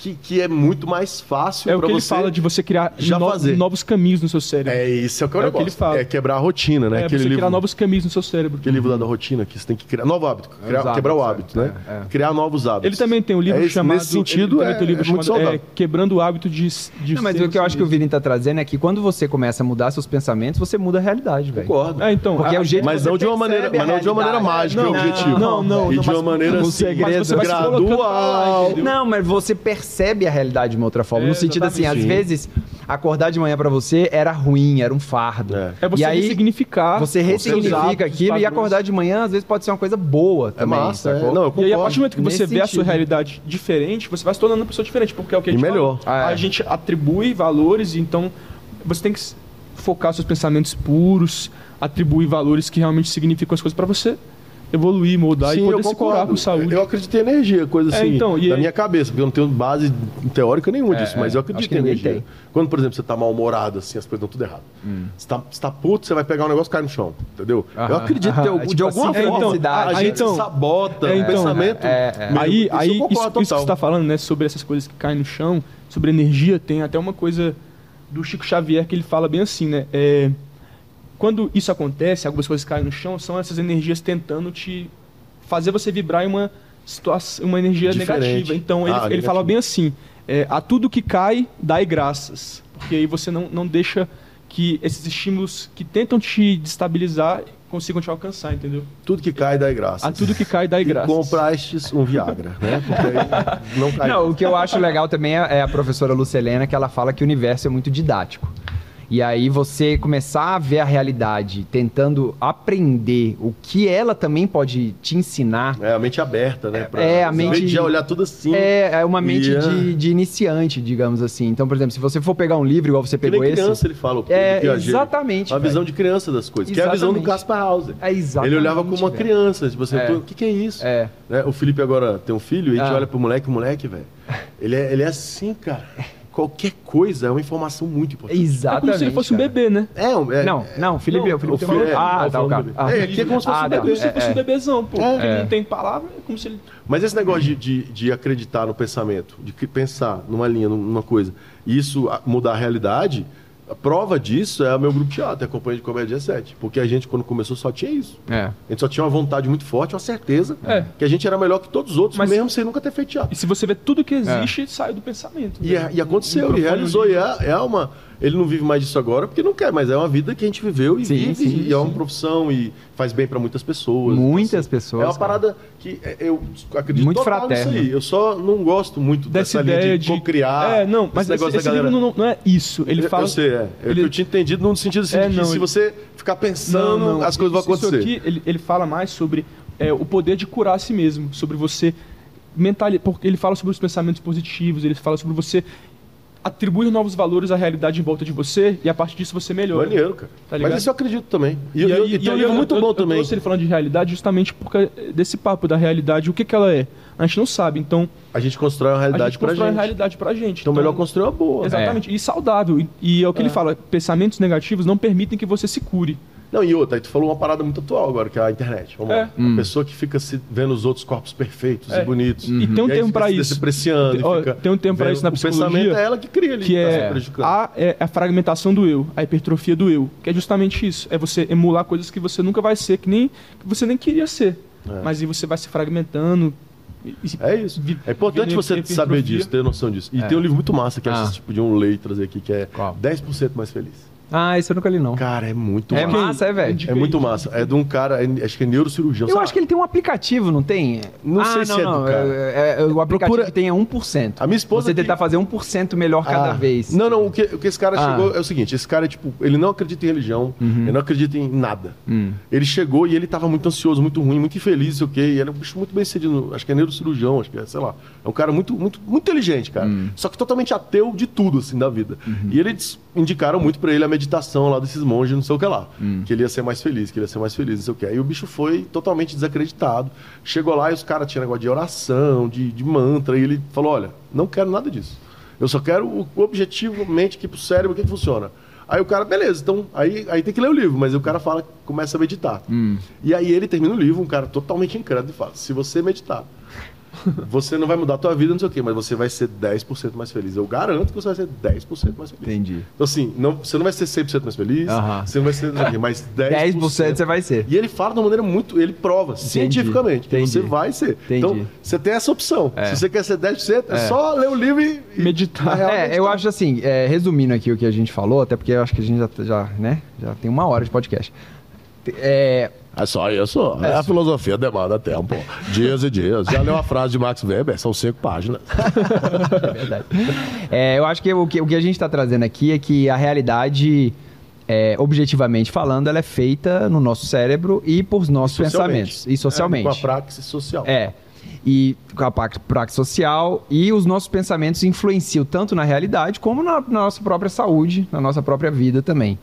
Speaker 3: que, que é muito mais fácil
Speaker 2: É o
Speaker 3: pra
Speaker 2: que ele
Speaker 3: você.
Speaker 2: fala de você criar
Speaker 3: já
Speaker 2: no-
Speaker 3: fazer.
Speaker 2: novos caminhos no seu cérebro.
Speaker 3: É isso, é o que, é o
Speaker 2: É o que
Speaker 3: negócio.
Speaker 2: ele fala.
Speaker 3: É quebrar a rotina, né?
Speaker 2: É,
Speaker 3: aquele
Speaker 2: você
Speaker 3: livro.
Speaker 2: criar novos caminhos no seu cérebro.
Speaker 3: Aquele livro lá da rotina, que você tem que criar. Novo hábito. criar-
Speaker 1: hábitos,
Speaker 3: quebrar o
Speaker 1: é,
Speaker 3: hábito, né?
Speaker 1: é, é.
Speaker 3: Criar novos hábitos.
Speaker 2: Ele também tem um livro
Speaker 3: É isso,
Speaker 2: chamado.
Speaker 3: Nesse sentido,
Speaker 2: ele
Speaker 3: é,
Speaker 2: também tem um livro
Speaker 3: é muito
Speaker 2: chamado
Speaker 3: saudável.
Speaker 2: é, Quebrando o hábito de. de
Speaker 1: Não, mas
Speaker 2: ser
Speaker 1: o que eu
Speaker 2: você
Speaker 1: acho que o
Speaker 2: mesmo.
Speaker 1: Vini tá trazendo é que quando você começa a mudar seus pensamentos, você muda a realidade, velho.
Speaker 3: Concordo.
Speaker 2: É, então.
Speaker 1: Porque é o jeito
Speaker 3: mas
Speaker 1: você
Speaker 3: não de uma
Speaker 1: percebe
Speaker 3: maneira,
Speaker 1: a
Speaker 3: mas não de uma maneira
Speaker 1: realidade.
Speaker 3: mágica, é o objetivo.
Speaker 2: não, não,
Speaker 3: e
Speaker 2: não,
Speaker 3: de uma
Speaker 2: mas-
Speaker 3: maneira
Speaker 1: um
Speaker 3: assim,
Speaker 1: segredo.
Speaker 2: Mas você vai se colocando pra lá,
Speaker 3: gradual.
Speaker 2: entendeu?
Speaker 1: Não, mas você percebe a realidade de uma outra forma.
Speaker 2: É,
Speaker 1: no sentido assim, às
Speaker 3: exatamente.
Speaker 1: vezes, acordar de manhã pra você era ruim, era um fardo.
Speaker 3: É.
Speaker 2: É você
Speaker 1: e aí,
Speaker 2: ressignificar.
Speaker 1: Você ressignifica
Speaker 2: hábitos,
Speaker 1: aquilo e
Speaker 2: padrões.
Speaker 1: acordar de manhã, às vezes, pode ser uma coisa boa
Speaker 3: É
Speaker 1: também. né?
Speaker 3: massa, é.
Speaker 1: sacou?
Speaker 3: Não, eu
Speaker 2: E aí, a
Speaker 3: concordo.
Speaker 2: partir do momento que você
Speaker 1: Nesse
Speaker 2: vê a sua
Speaker 1: sentido.
Speaker 2: realidade diferente, você vai se tornando uma pessoa diferente, porque é o que a
Speaker 3: E
Speaker 2: gente
Speaker 3: melhor.
Speaker 2: falou.
Speaker 1: Ah, é.
Speaker 2: A gente atribui valores, então você tem que s- focar seus pensamentos puros, atribuir valores que realmente significam as coisas pra você evoluir, moldar e poder se curar com saúde.
Speaker 3: Eu acredito em energia, coisa
Speaker 2: É,
Speaker 3: assim,
Speaker 2: então, e
Speaker 3: da
Speaker 2: aí-
Speaker 3: minha cabeça, porque eu não tenho base teórica nenhuma
Speaker 1: É,
Speaker 3: disso, mas
Speaker 1: é, acho
Speaker 3: eu acredito
Speaker 1: que
Speaker 3: em
Speaker 1: ninguém
Speaker 3: energia.
Speaker 1: tem. Hum.
Speaker 3: Quando, por exemplo, você tá mal-humorado, assim, as coisas dão tudo errado. Você, tá, você tá puto, você vai pegar um negócio e cai no chão, entendeu? eu
Speaker 1: Aham,
Speaker 3: acredito
Speaker 1: aham.
Speaker 3: de,
Speaker 1: É
Speaker 3: algum-
Speaker 1: tipo
Speaker 3: de alguma
Speaker 1: assim,
Speaker 3: forma,
Speaker 1: intensidade,
Speaker 3: a
Speaker 2: né?
Speaker 3: gente
Speaker 2: Então-
Speaker 3: sabota
Speaker 2: É,
Speaker 3: o
Speaker 2: então,
Speaker 3: pensamento.
Speaker 1: é, é.
Speaker 3: meu,
Speaker 2: Aí,
Speaker 3: isso eu
Speaker 2: aí isso,
Speaker 3: concordo
Speaker 2: isso que você
Speaker 1: tá
Speaker 3: total.
Speaker 2: está falando, né, sobre essas coisas que caem no chão, sobre energia, tem até uma coisa do Chico Xavier que ele fala bem assim, né? é, quando isso acontece, algumas coisas caem no chão, são essas energias tentando te fazer você vibrar em uma situação, uma energia
Speaker 3: Diferente.
Speaker 2: negativa. Então
Speaker 3: Ah,
Speaker 2: ele, ele
Speaker 3: negativo.
Speaker 2: fala bem assim: é, a tudo que cai, dai graças, porque aí você não, não deixa que esses estímulos que tentam te destabilizar consigam te alcançar, entendeu?
Speaker 3: Tudo que cai, dá graça.
Speaker 1: Ah,
Speaker 2: A tudo que cai, dai
Speaker 3: e
Speaker 2: graças.
Speaker 3: compraste um Viagra, né? Porque aí não cai.
Speaker 1: Não, o que eu acho legal também é, é a professora Lucelena, que ela fala que o universo é muito didático. E aí você começar a ver a realidade, tentando aprender o que ela também pode te ensinar,
Speaker 3: É, a mente aberta, né?
Speaker 1: É, a
Speaker 3: você
Speaker 1: mente-
Speaker 3: já olhar tudo assim.
Speaker 1: é, é uma mente
Speaker 3: E, ah,
Speaker 1: de, de iniciante, digamos assim. Então, por exemplo, se você for pegar um livro igual você
Speaker 3: que
Speaker 1: pegou
Speaker 3: nem
Speaker 1: esse...
Speaker 3: criança, ele fala. o
Speaker 1: É,
Speaker 3: Piaget.
Speaker 1: exatamente.
Speaker 3: A
Speaker 1: velho.
Speaker 3: visão de criança das coisas, que é a visão do
Speaker 1: Exatamente.
Speaker 3: Gaspar Hauser.
Speaker 1: É exatamente.
Speaker 3: Ele olhava como uma
Speaker 1: velho.
Speaker 3: criança, tipo assim,
Speaker 1: É.
Speaker 3: pô, o que, que é isso?
Speaker 1: É.
Speaker 3: Né? O Felipe agora tem um filho e a gente
Speaker 1: Ah.
Speaker 3: olha pro moleque, o moleque, velho, ele é, ele é assim, cara. Qualquer coisa é uma informação muito importante.
Speaker 1: Exatamente.
Speaker 2: é como se ele fosse um
Speaker 1: cara.
Speaker 2: bebê, né?
Speaker 3: É, um- é-
Speaker 1: Não, não, Felipe,
Speaker 2: Não,
Speaker 1: o Felipe
Speaker 3: o
Speaker 1: tem uma-
Speaker 3: Felipe-
Speaker 1: Ah,
Speaker 3: é,
Speaker 1: tá, o
Speaker 3: o
Speaker 1: cara.
Speaker 3: Felipe-
Speaker 1: Ah,
Speaker 3: É, aqui é como se fosse
Speaker 1: Ah,
Speaker 3: um
Speaker 1: tá.
Speaker 2: É como
Speaker 3: bebê.
Speaker 2: se fosse um bebezão, pô.
Speaker 3: É.
Speaker 2: Porque Ele não tem palavra, é como se ele.
Speaker 3: Mas esse negócio de, de, de acreditar no pensamento, de que- pensar numa linha, num- numa coisa, e isso a- mudar a realidade, a prova disso é o meu grupo de teatro, é a Companhia de Comédia 7. Porque a gente, quando começou, só tinha isso.
Speaker 1: É.
Speaker 3: A gente só tinha uma vontade muito forte, uma certeza
Speaker 2: É.
Speaker 3: que a gente era melhor que todos os outros,
Speaker 2: Mas-
Speaker 3: mesmo sem nunca ter feito teatro.
Speaker 2: E se você vê tudo que existe, sai do pensamento.
Speaker 3: É. E, é-
Speaker 2: né?
Speaker 3: e aconteceu, ele
Speaker 2: Microfone
Speaker 3: realizou.
Speaker 2: no
Speaker 3: E é, é uma. Ele não vive mais disso agora porque não quer, mas é uma vida que a gente viveu e
Speaker 1: Sim,
Speaker 3: vive.
Speaker 1: sim,
Speaker 3: e é uma profissão e faz bem pra muitas pessoas.
Speaker 1: Muitas
Speaker 3: Então, assim,
Speaker 1: pessoas,
Speaker 3: É uma
Speaker 1: cara.
Speaker 3: parada que é, eu acredito
Speaker 1: Muito
Speaker 3: total
Speaker 1: fraterno.
Speaker 3: nisso aí. Eu só não gosto muito
Speaker 2: Dessa
Speaker 3: dessa,
Speaker 2: ideia
Speaker 3: linha
Speaker 2: de.
Speaker 3: de, criar.
Speaker 2: É, não, mas esse, esse livro não, não é isso. Ele
Speaker 3: eu,
Speaker 2: fala.
Speaker 3: eu sei, é. Eu,
Speaker 2: ele-
Speaker 3: eu tinha entendido num sentido assim,
Speaker 2: É,
Speaker 3: de que
Speaker 2: não,
Speaker 3: se
Speaker 2: ele-
Speaker 3: você ficar pensando,
Speaker 2: Não, não.
Speaker 3: as coisas vão
Speaker 2: Isso- isso
Speaker 3: acontecer.
Speaker 2: aqui, ele, ele fala mais sobre é, o poder de curar a si mesmo, sobre você mentalizar. Porque ele fala sobre os pensamentos positivos, ele fala sobre você atribuir novos valores à realidade em volta de você e a partir disso você melhora.
Speaker 3: Maneiro, cara.
Speaker 2: Tá ligado?
Speaker 3: mas isso eu acredito também. E,
Speaker 2: E,
Speaker 3: eu-
Speaker 2: aí,
Speaker 3: e tem um
Speaker 2: e aí
Speaker 3: livro
Speaker 2: eu-
Speaker 3: muito
Speaker 2: eu-
Speaker 3: bom
Speaker 2: eu
Speaker 3: também.
Speaker 2: trouxe ele falando de realidade justamente por causa desse papo da realidade. O que, que ela é? A gente não sabe. Então,
Speaker 3: A gente constrói uma
Speaker 2: a
Speaker 3: realidade
Speaker 2: gente
Speaker 3: pra
Speaker 2: constrói
Speaker 3: gente.
Speaker 2: a realidade pra gente.
Speaker 3: Então, melhor construir É. uma boa.
Speaker 2: é Exatamente. E saudável. E, e é o que ele fala. Pensamentos negativos não permitem que você se cure.
Speaker 3: Não, e outra, aí tu falou uma parada muito atual agora, que é a internet. Vamos
Speaker 2: É.
Speaker 3: lá.
Speaker 1: Hum.
Speaker 3: Uma pessoa que fica se vendo os outros corpos perfeitos
Speaker 2: É.
Speaker 3: e bonitos.
Speaker 1: Uhum.
Speaker 2: E tem um
Speaker 3: aí
Speaker 2: termo
Speaker 3: fica
Speaker 2: pra
Speaker 3: se
Speaker 2: isso.
Speaker 3: Despreciando. e
Speaker 2: Ó,
Speaker 3: fica
Speaker 2: tem um termo pra
Speaker 3: vendo-
Speaker 2: isso na
Speaker 3: O
Speaker 2: psicologia,
Speaker 3: pensamento é ela que cria ali.
Speaker 2: que
Speaker 3: tá se
Speaker 2: é
Speaker 3: prejudicando.
Speaker 2: a, é a fragmentação do eu, a hipertrofia do eu, que é justamente isso. É você emular coisas que você nunca vai ser, que nem que você nem queria ser. Mas aí você vai se fragmentando. e- e-
Speaker 3: É isso.
Speaker 2: vi-
Speaker 3: É importante
Speaker 2: vi-
Speaker 3: você
Speaker 2: hipertrofia.
Speaker 3: saber disso, ter noção disso. E
Speaker 1: É.
Speaker 3: tem um livro muito massa que é
Speaker 1: Ah.
Speaker 3: esse tipo de um lei trazer aqui, que é
Speaker 1: Qual?
Speaker 3: 10% mais feliz.
Speaker 1: Ah, isso eu nunca li, não.
Speaker 3: Cara, é muito
Speaker 1: É
Speaker 3: massa.
Speaker 1: massa, é, velho.
Speaker 3: É muito massa. É de um cara, é- acho que é neurocirurgião.
Speaker 1: Eu
Speaker 3: sabe?
Speaker 1: acho que ele tem um aplicativo, não tem?
Speaker 3: Não
Speaker 1: ah,
Speaker 3: sei se
Speaker 1: não,
Speaker 3: é do
Speaker 1: não.
Speaker 3: cara.
Speaker 1: é- é- o aplicativo
Speaker 3: Procura-
Speaker 1: que tem é 1%.
Speaker 3: A minha esposa
Speaker 1: Você
Speaker 3: que-
Speaker 1: tentar fazer 1% melhor cada
Speaker 3: Ah.
Speaker 1: vez.
Speaker 3: Não, não, o que, o que esse cara
Speaker 1: Ah.
Speaker 3: chegou é o seguinte: esse cara, tipo, ele não acredita em religião, ele não acredita em nada. Ele chegou e ele tava muito ansioso, muito ruim, muito infeliz, sei o quê. E ele é um bicho muito bem cedido, acho que é neurocirurgião, acho que é, sei lá. É um cara muito, muito, muito inteligente, cara. Só que totalmente ateu de tudo, assim, da vida. E eles indicaram muito pra ele a meditação lá desses monges, não sei o que lá. Que ele ia ser mais feliz, que ele ia ser mais feliz, não sei o que. Aí o bicho foi totalmente desacreditado. Chegou lá e os caras tinham negócio de oração, de, de mantra, e ele falou: olha, não quero nada disso. Eu só quero o o objetivamente aqui pro cérebro, o que, que funciona. Aí o cara, beleza, então aí, aí tem que ler o livro, mas aí o cara fala, começa a meditar.
Speaker 1: Hum.
Speaker 3: E aí ele termina o livro, um cara totalmente incrédulo, e fala: se você meditar, você não vai mudar a tua vida, não sei o quê, mas você vai ser 10% mais feliz. Eu garanto que você vai ser 10% mais feliz.
Speaker 1: Entendi.
Speaker 3: Então, assim, não, você não vai ser 100% mais feliz,
Speaker 1: Aham.
Speaker 3: você não vai ser, não sei o quê, mas 10%.
Speaker 1: 10% você vai ser.
Speaker 3: E ele fala de uma maneira muito. Ele prova cientificamente que
Speaker 1: entendi.
Speaker 3: você vai ser.
Speaker 1: Entendi.
Speaker 3: Então, você tem essa opção.
Speaker 1: É.
Speaker 3: Se você quer ser 10%, é, só ler o livro e. e-
Speaker 2: Meditar.
Speaker 3: na real,
Speaker 1: É,
Speaker 3: meditar. tá-
Speaker 1: eu acho assim, é, resumindo aqui o que a gente falou, até porque eu acho que a gente já, já, né, já tem uma hora de podcast. É,
Speaker 4: É só isso. a filosofia demanda tempo. Dias e dias. Já leu a frase de Max Weber? São cinco páginas.
Speaker 1: É, eu acho que o, que o que a gente está trazendo aqui é que a realidade, é, objetivamente falando, ela é feita no nosso cérebro e por nossos
Speaker 3: Socialmente.
Speaker 1: pensamentos. E
Speaker 3: Com a
Speaker 1: socialmente.
Speaker 3: É, praxis social.
Speaker 1: É. E com a praxe social e os nossos pensamentos influenciam tanto na realidade como na, na nossa própria saúde, na nossa própria vida também.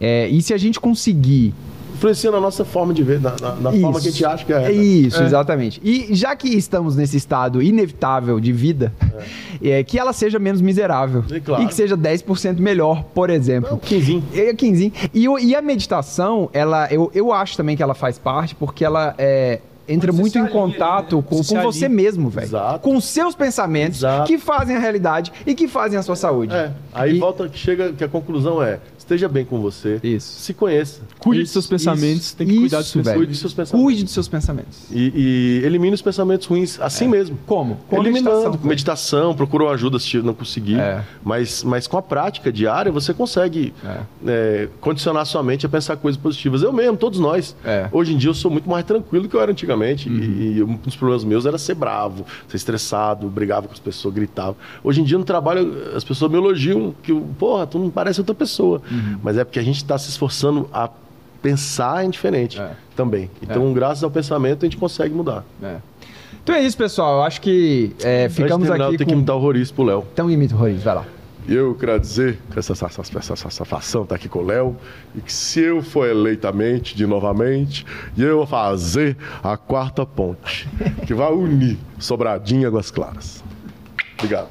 Speaker 1: É, e se a gente conseguir
Speaker 3: Influencia na nossa forma de ver, na, na- na forma
Speaker 1: Isso.
Speaker 3: que a gente acha que é.
Speaker 1: É
Speaker 3: né?
Speaker 1: isso,
Speaker 2: É.
Speaker 1: exatamente. E já que estamos nesse estado inevitável de vida, é, que ela seja menos miserável.
Speaker 3: É claro.
Speaker 1: E que seja 10% melhor, por exemplo.
Speaker 3: Não, quinzinho.
Speaker 1: É, quinzinho. E, o- e a meditação, ela, eu, eu acho também que ela faz parte, porque ela é, entra
Speaker 2: Você
Speaker 1: muito
Speaker 2: se
Speaker 1: em
Speaker 2: alinha,
Speaker 1: contato
Speaker 2: né?
Speaker 1: com,
Speaker 2: Você se
Speaker 1: com você
Speaker 2: alinha.
Speaker 1: mesmo, velho.
Speaker 3: Exato.
Speaker 1: Com os seus pensamentos
Speaker 3: Exato.
Speaker 1: que fazem a realidade e que fazem a sua saúde.
Speaker 3: É. Aí
Speaker 1: E-
Speaker 3: volta que chega que a conclusão é: esteja bem com você.
Speaker 1: Isso.
Speaker 3: Se conheça.
Speaker 2: Cuide dos
Speaker 1: Isso,
Speaker 2: seus pensamentos,
Speaker 1: isso,
Speaker 2: tem que cuidar dos
Speaker 1: isso,
Speaker 2: seus
Speaker 1: velho.
Speaker 3: Cuide dos seus pensamentos.
Speaker 1: Cuide dos seus pensamentos.
Speaker 3: E, e elimine os pensamentos ruins assim mesmo.
Speaker 1: Como? É. Com a
Speaker 3: Eliminando.
Speaker 1: meditação.
Speaker 3: Meditação, procurou ajuda se não conseguir.
Speaker 1: É.
Speaker 3: Mas, mas com a prática diária, você consegue é, condicionar sua mente a pensar coisas positivas. Eu mesmo, todos nós.
Speaker 1: É.
Speaker 3: Hoje em dia eu sou muito mais tranquilo do que eu era antigamente.
Speaker 1: Uhum.
Speaker 3: E, e um dos problemas meus era ser bravo, ser estressado, brigava com as pessoas, gritava. Hoje em dia no trabalho as pessoas me elogiam, que eu, porra, tu não parece outra pessoa.
Speaker 1: Uhum.
Speaker 3: Mas é porque a gente está se esforçando a pensar em diferente
Speaker 1: É.
Speaker 3: também. Então, graças ao pensamento, a gente consegue mudar.
Speaker 1: É. Então é isso, pessoal. Eu acho que é,
Speaker 3: Antes de
Speaker 1: ficamos
Speaker 3: terminar,
Speaker 1: aqui
Speaker 3: Eu tenho
Speaker 1: com...
Speaker 3: que imitar o Roriz pro Léo.
Speaker 1: Então imita o Roriz, vai lá.
Speaker 3: E eu quero dizer que essa sa- sa- essa satisfação tá aqui com o Léo e que se eu for eleitamente de novamente, eu vou fazer a quarta ponte que vai unir Sobradinho e Águas Claras. Obrigado.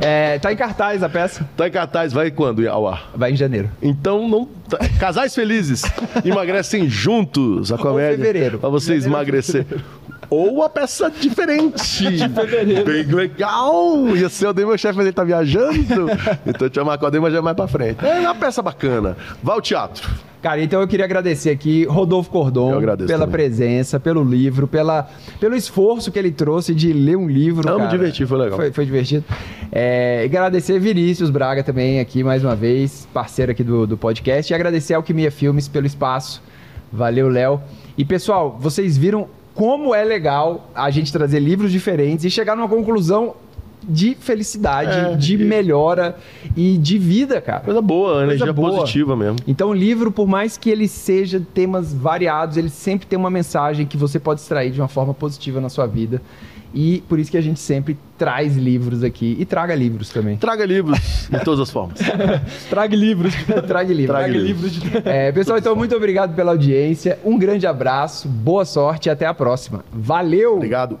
Speaker 1: É, tá em cartaz a peça.
Speaker 3: Tá em cartaz, vai quando ao ar?
Speaker 1: Vai em janeiro.
Speaker 3: Então não tá- casais felizes emagrecem juntos a comédia
Speaker 1: fevereiro.
Speaker 3: para você emagrecer. Ou a peça diferente. Bem legal. E assim, eu dei meu chefe, mas ele tá viajando. Então eu te chamar com a Dema já é mais pra frente. É uma peça bacana. Vá ao teatro.
Speaker 1: Cara, então eu queria agradecer aqui Rodolfo Cordon
Speaker 3: Eu agradeço
Speaker 1: pela
Speaker 3: também.
Speaker 1: presença, pelo livro, pela, pelo esforço que ele trouxe de ler um livro.
Speaker 3: Eu me
Speaker 1: cara.
Speaker 3: diverti, foi legal.
Speaker 1: Foi, foi divertido. É, agradecer Vinícius Braga também aqui mais uma vez, parceiro aqui do, do podcast. E agradecer Alquimia Filmes pelo espaço. Valeu, Léo. E pessoal, vocês viram como é legal a gente trazer livros diferentes e chegar numa conclusão de felicidade,
Speaker 3: É,
Speaker 1: de
Speaker 3: e-
Speaker 1: melhora e de vida, cara.
Speaker 3: Coisa boa, energia
Speaker 1: boa.
Speaker 3: positiva mesmo.
Speaker 1: Então, o livro, por mais que ele seja temas variados, ele sempre tem uma mensagem que você pode extrair de uma forma positiva na sua vida. E por isso que a gente sempre traz livros aqui e traga livros também.
Speaker 3: Traga livros de todas as formas.
Speaker 2: Traga livros.
Speaker 1: Traga livros.
Speaker 3: Traga
Speaker 2: Traga
Speaker 3: livros.
Speaker 2: livros de
Speaker 1: É, pessoal, então muito obrigado pela audiência. Um grande abraço, boa sorte e até a próxima. Valeu!
Speaker 3: Obrigado.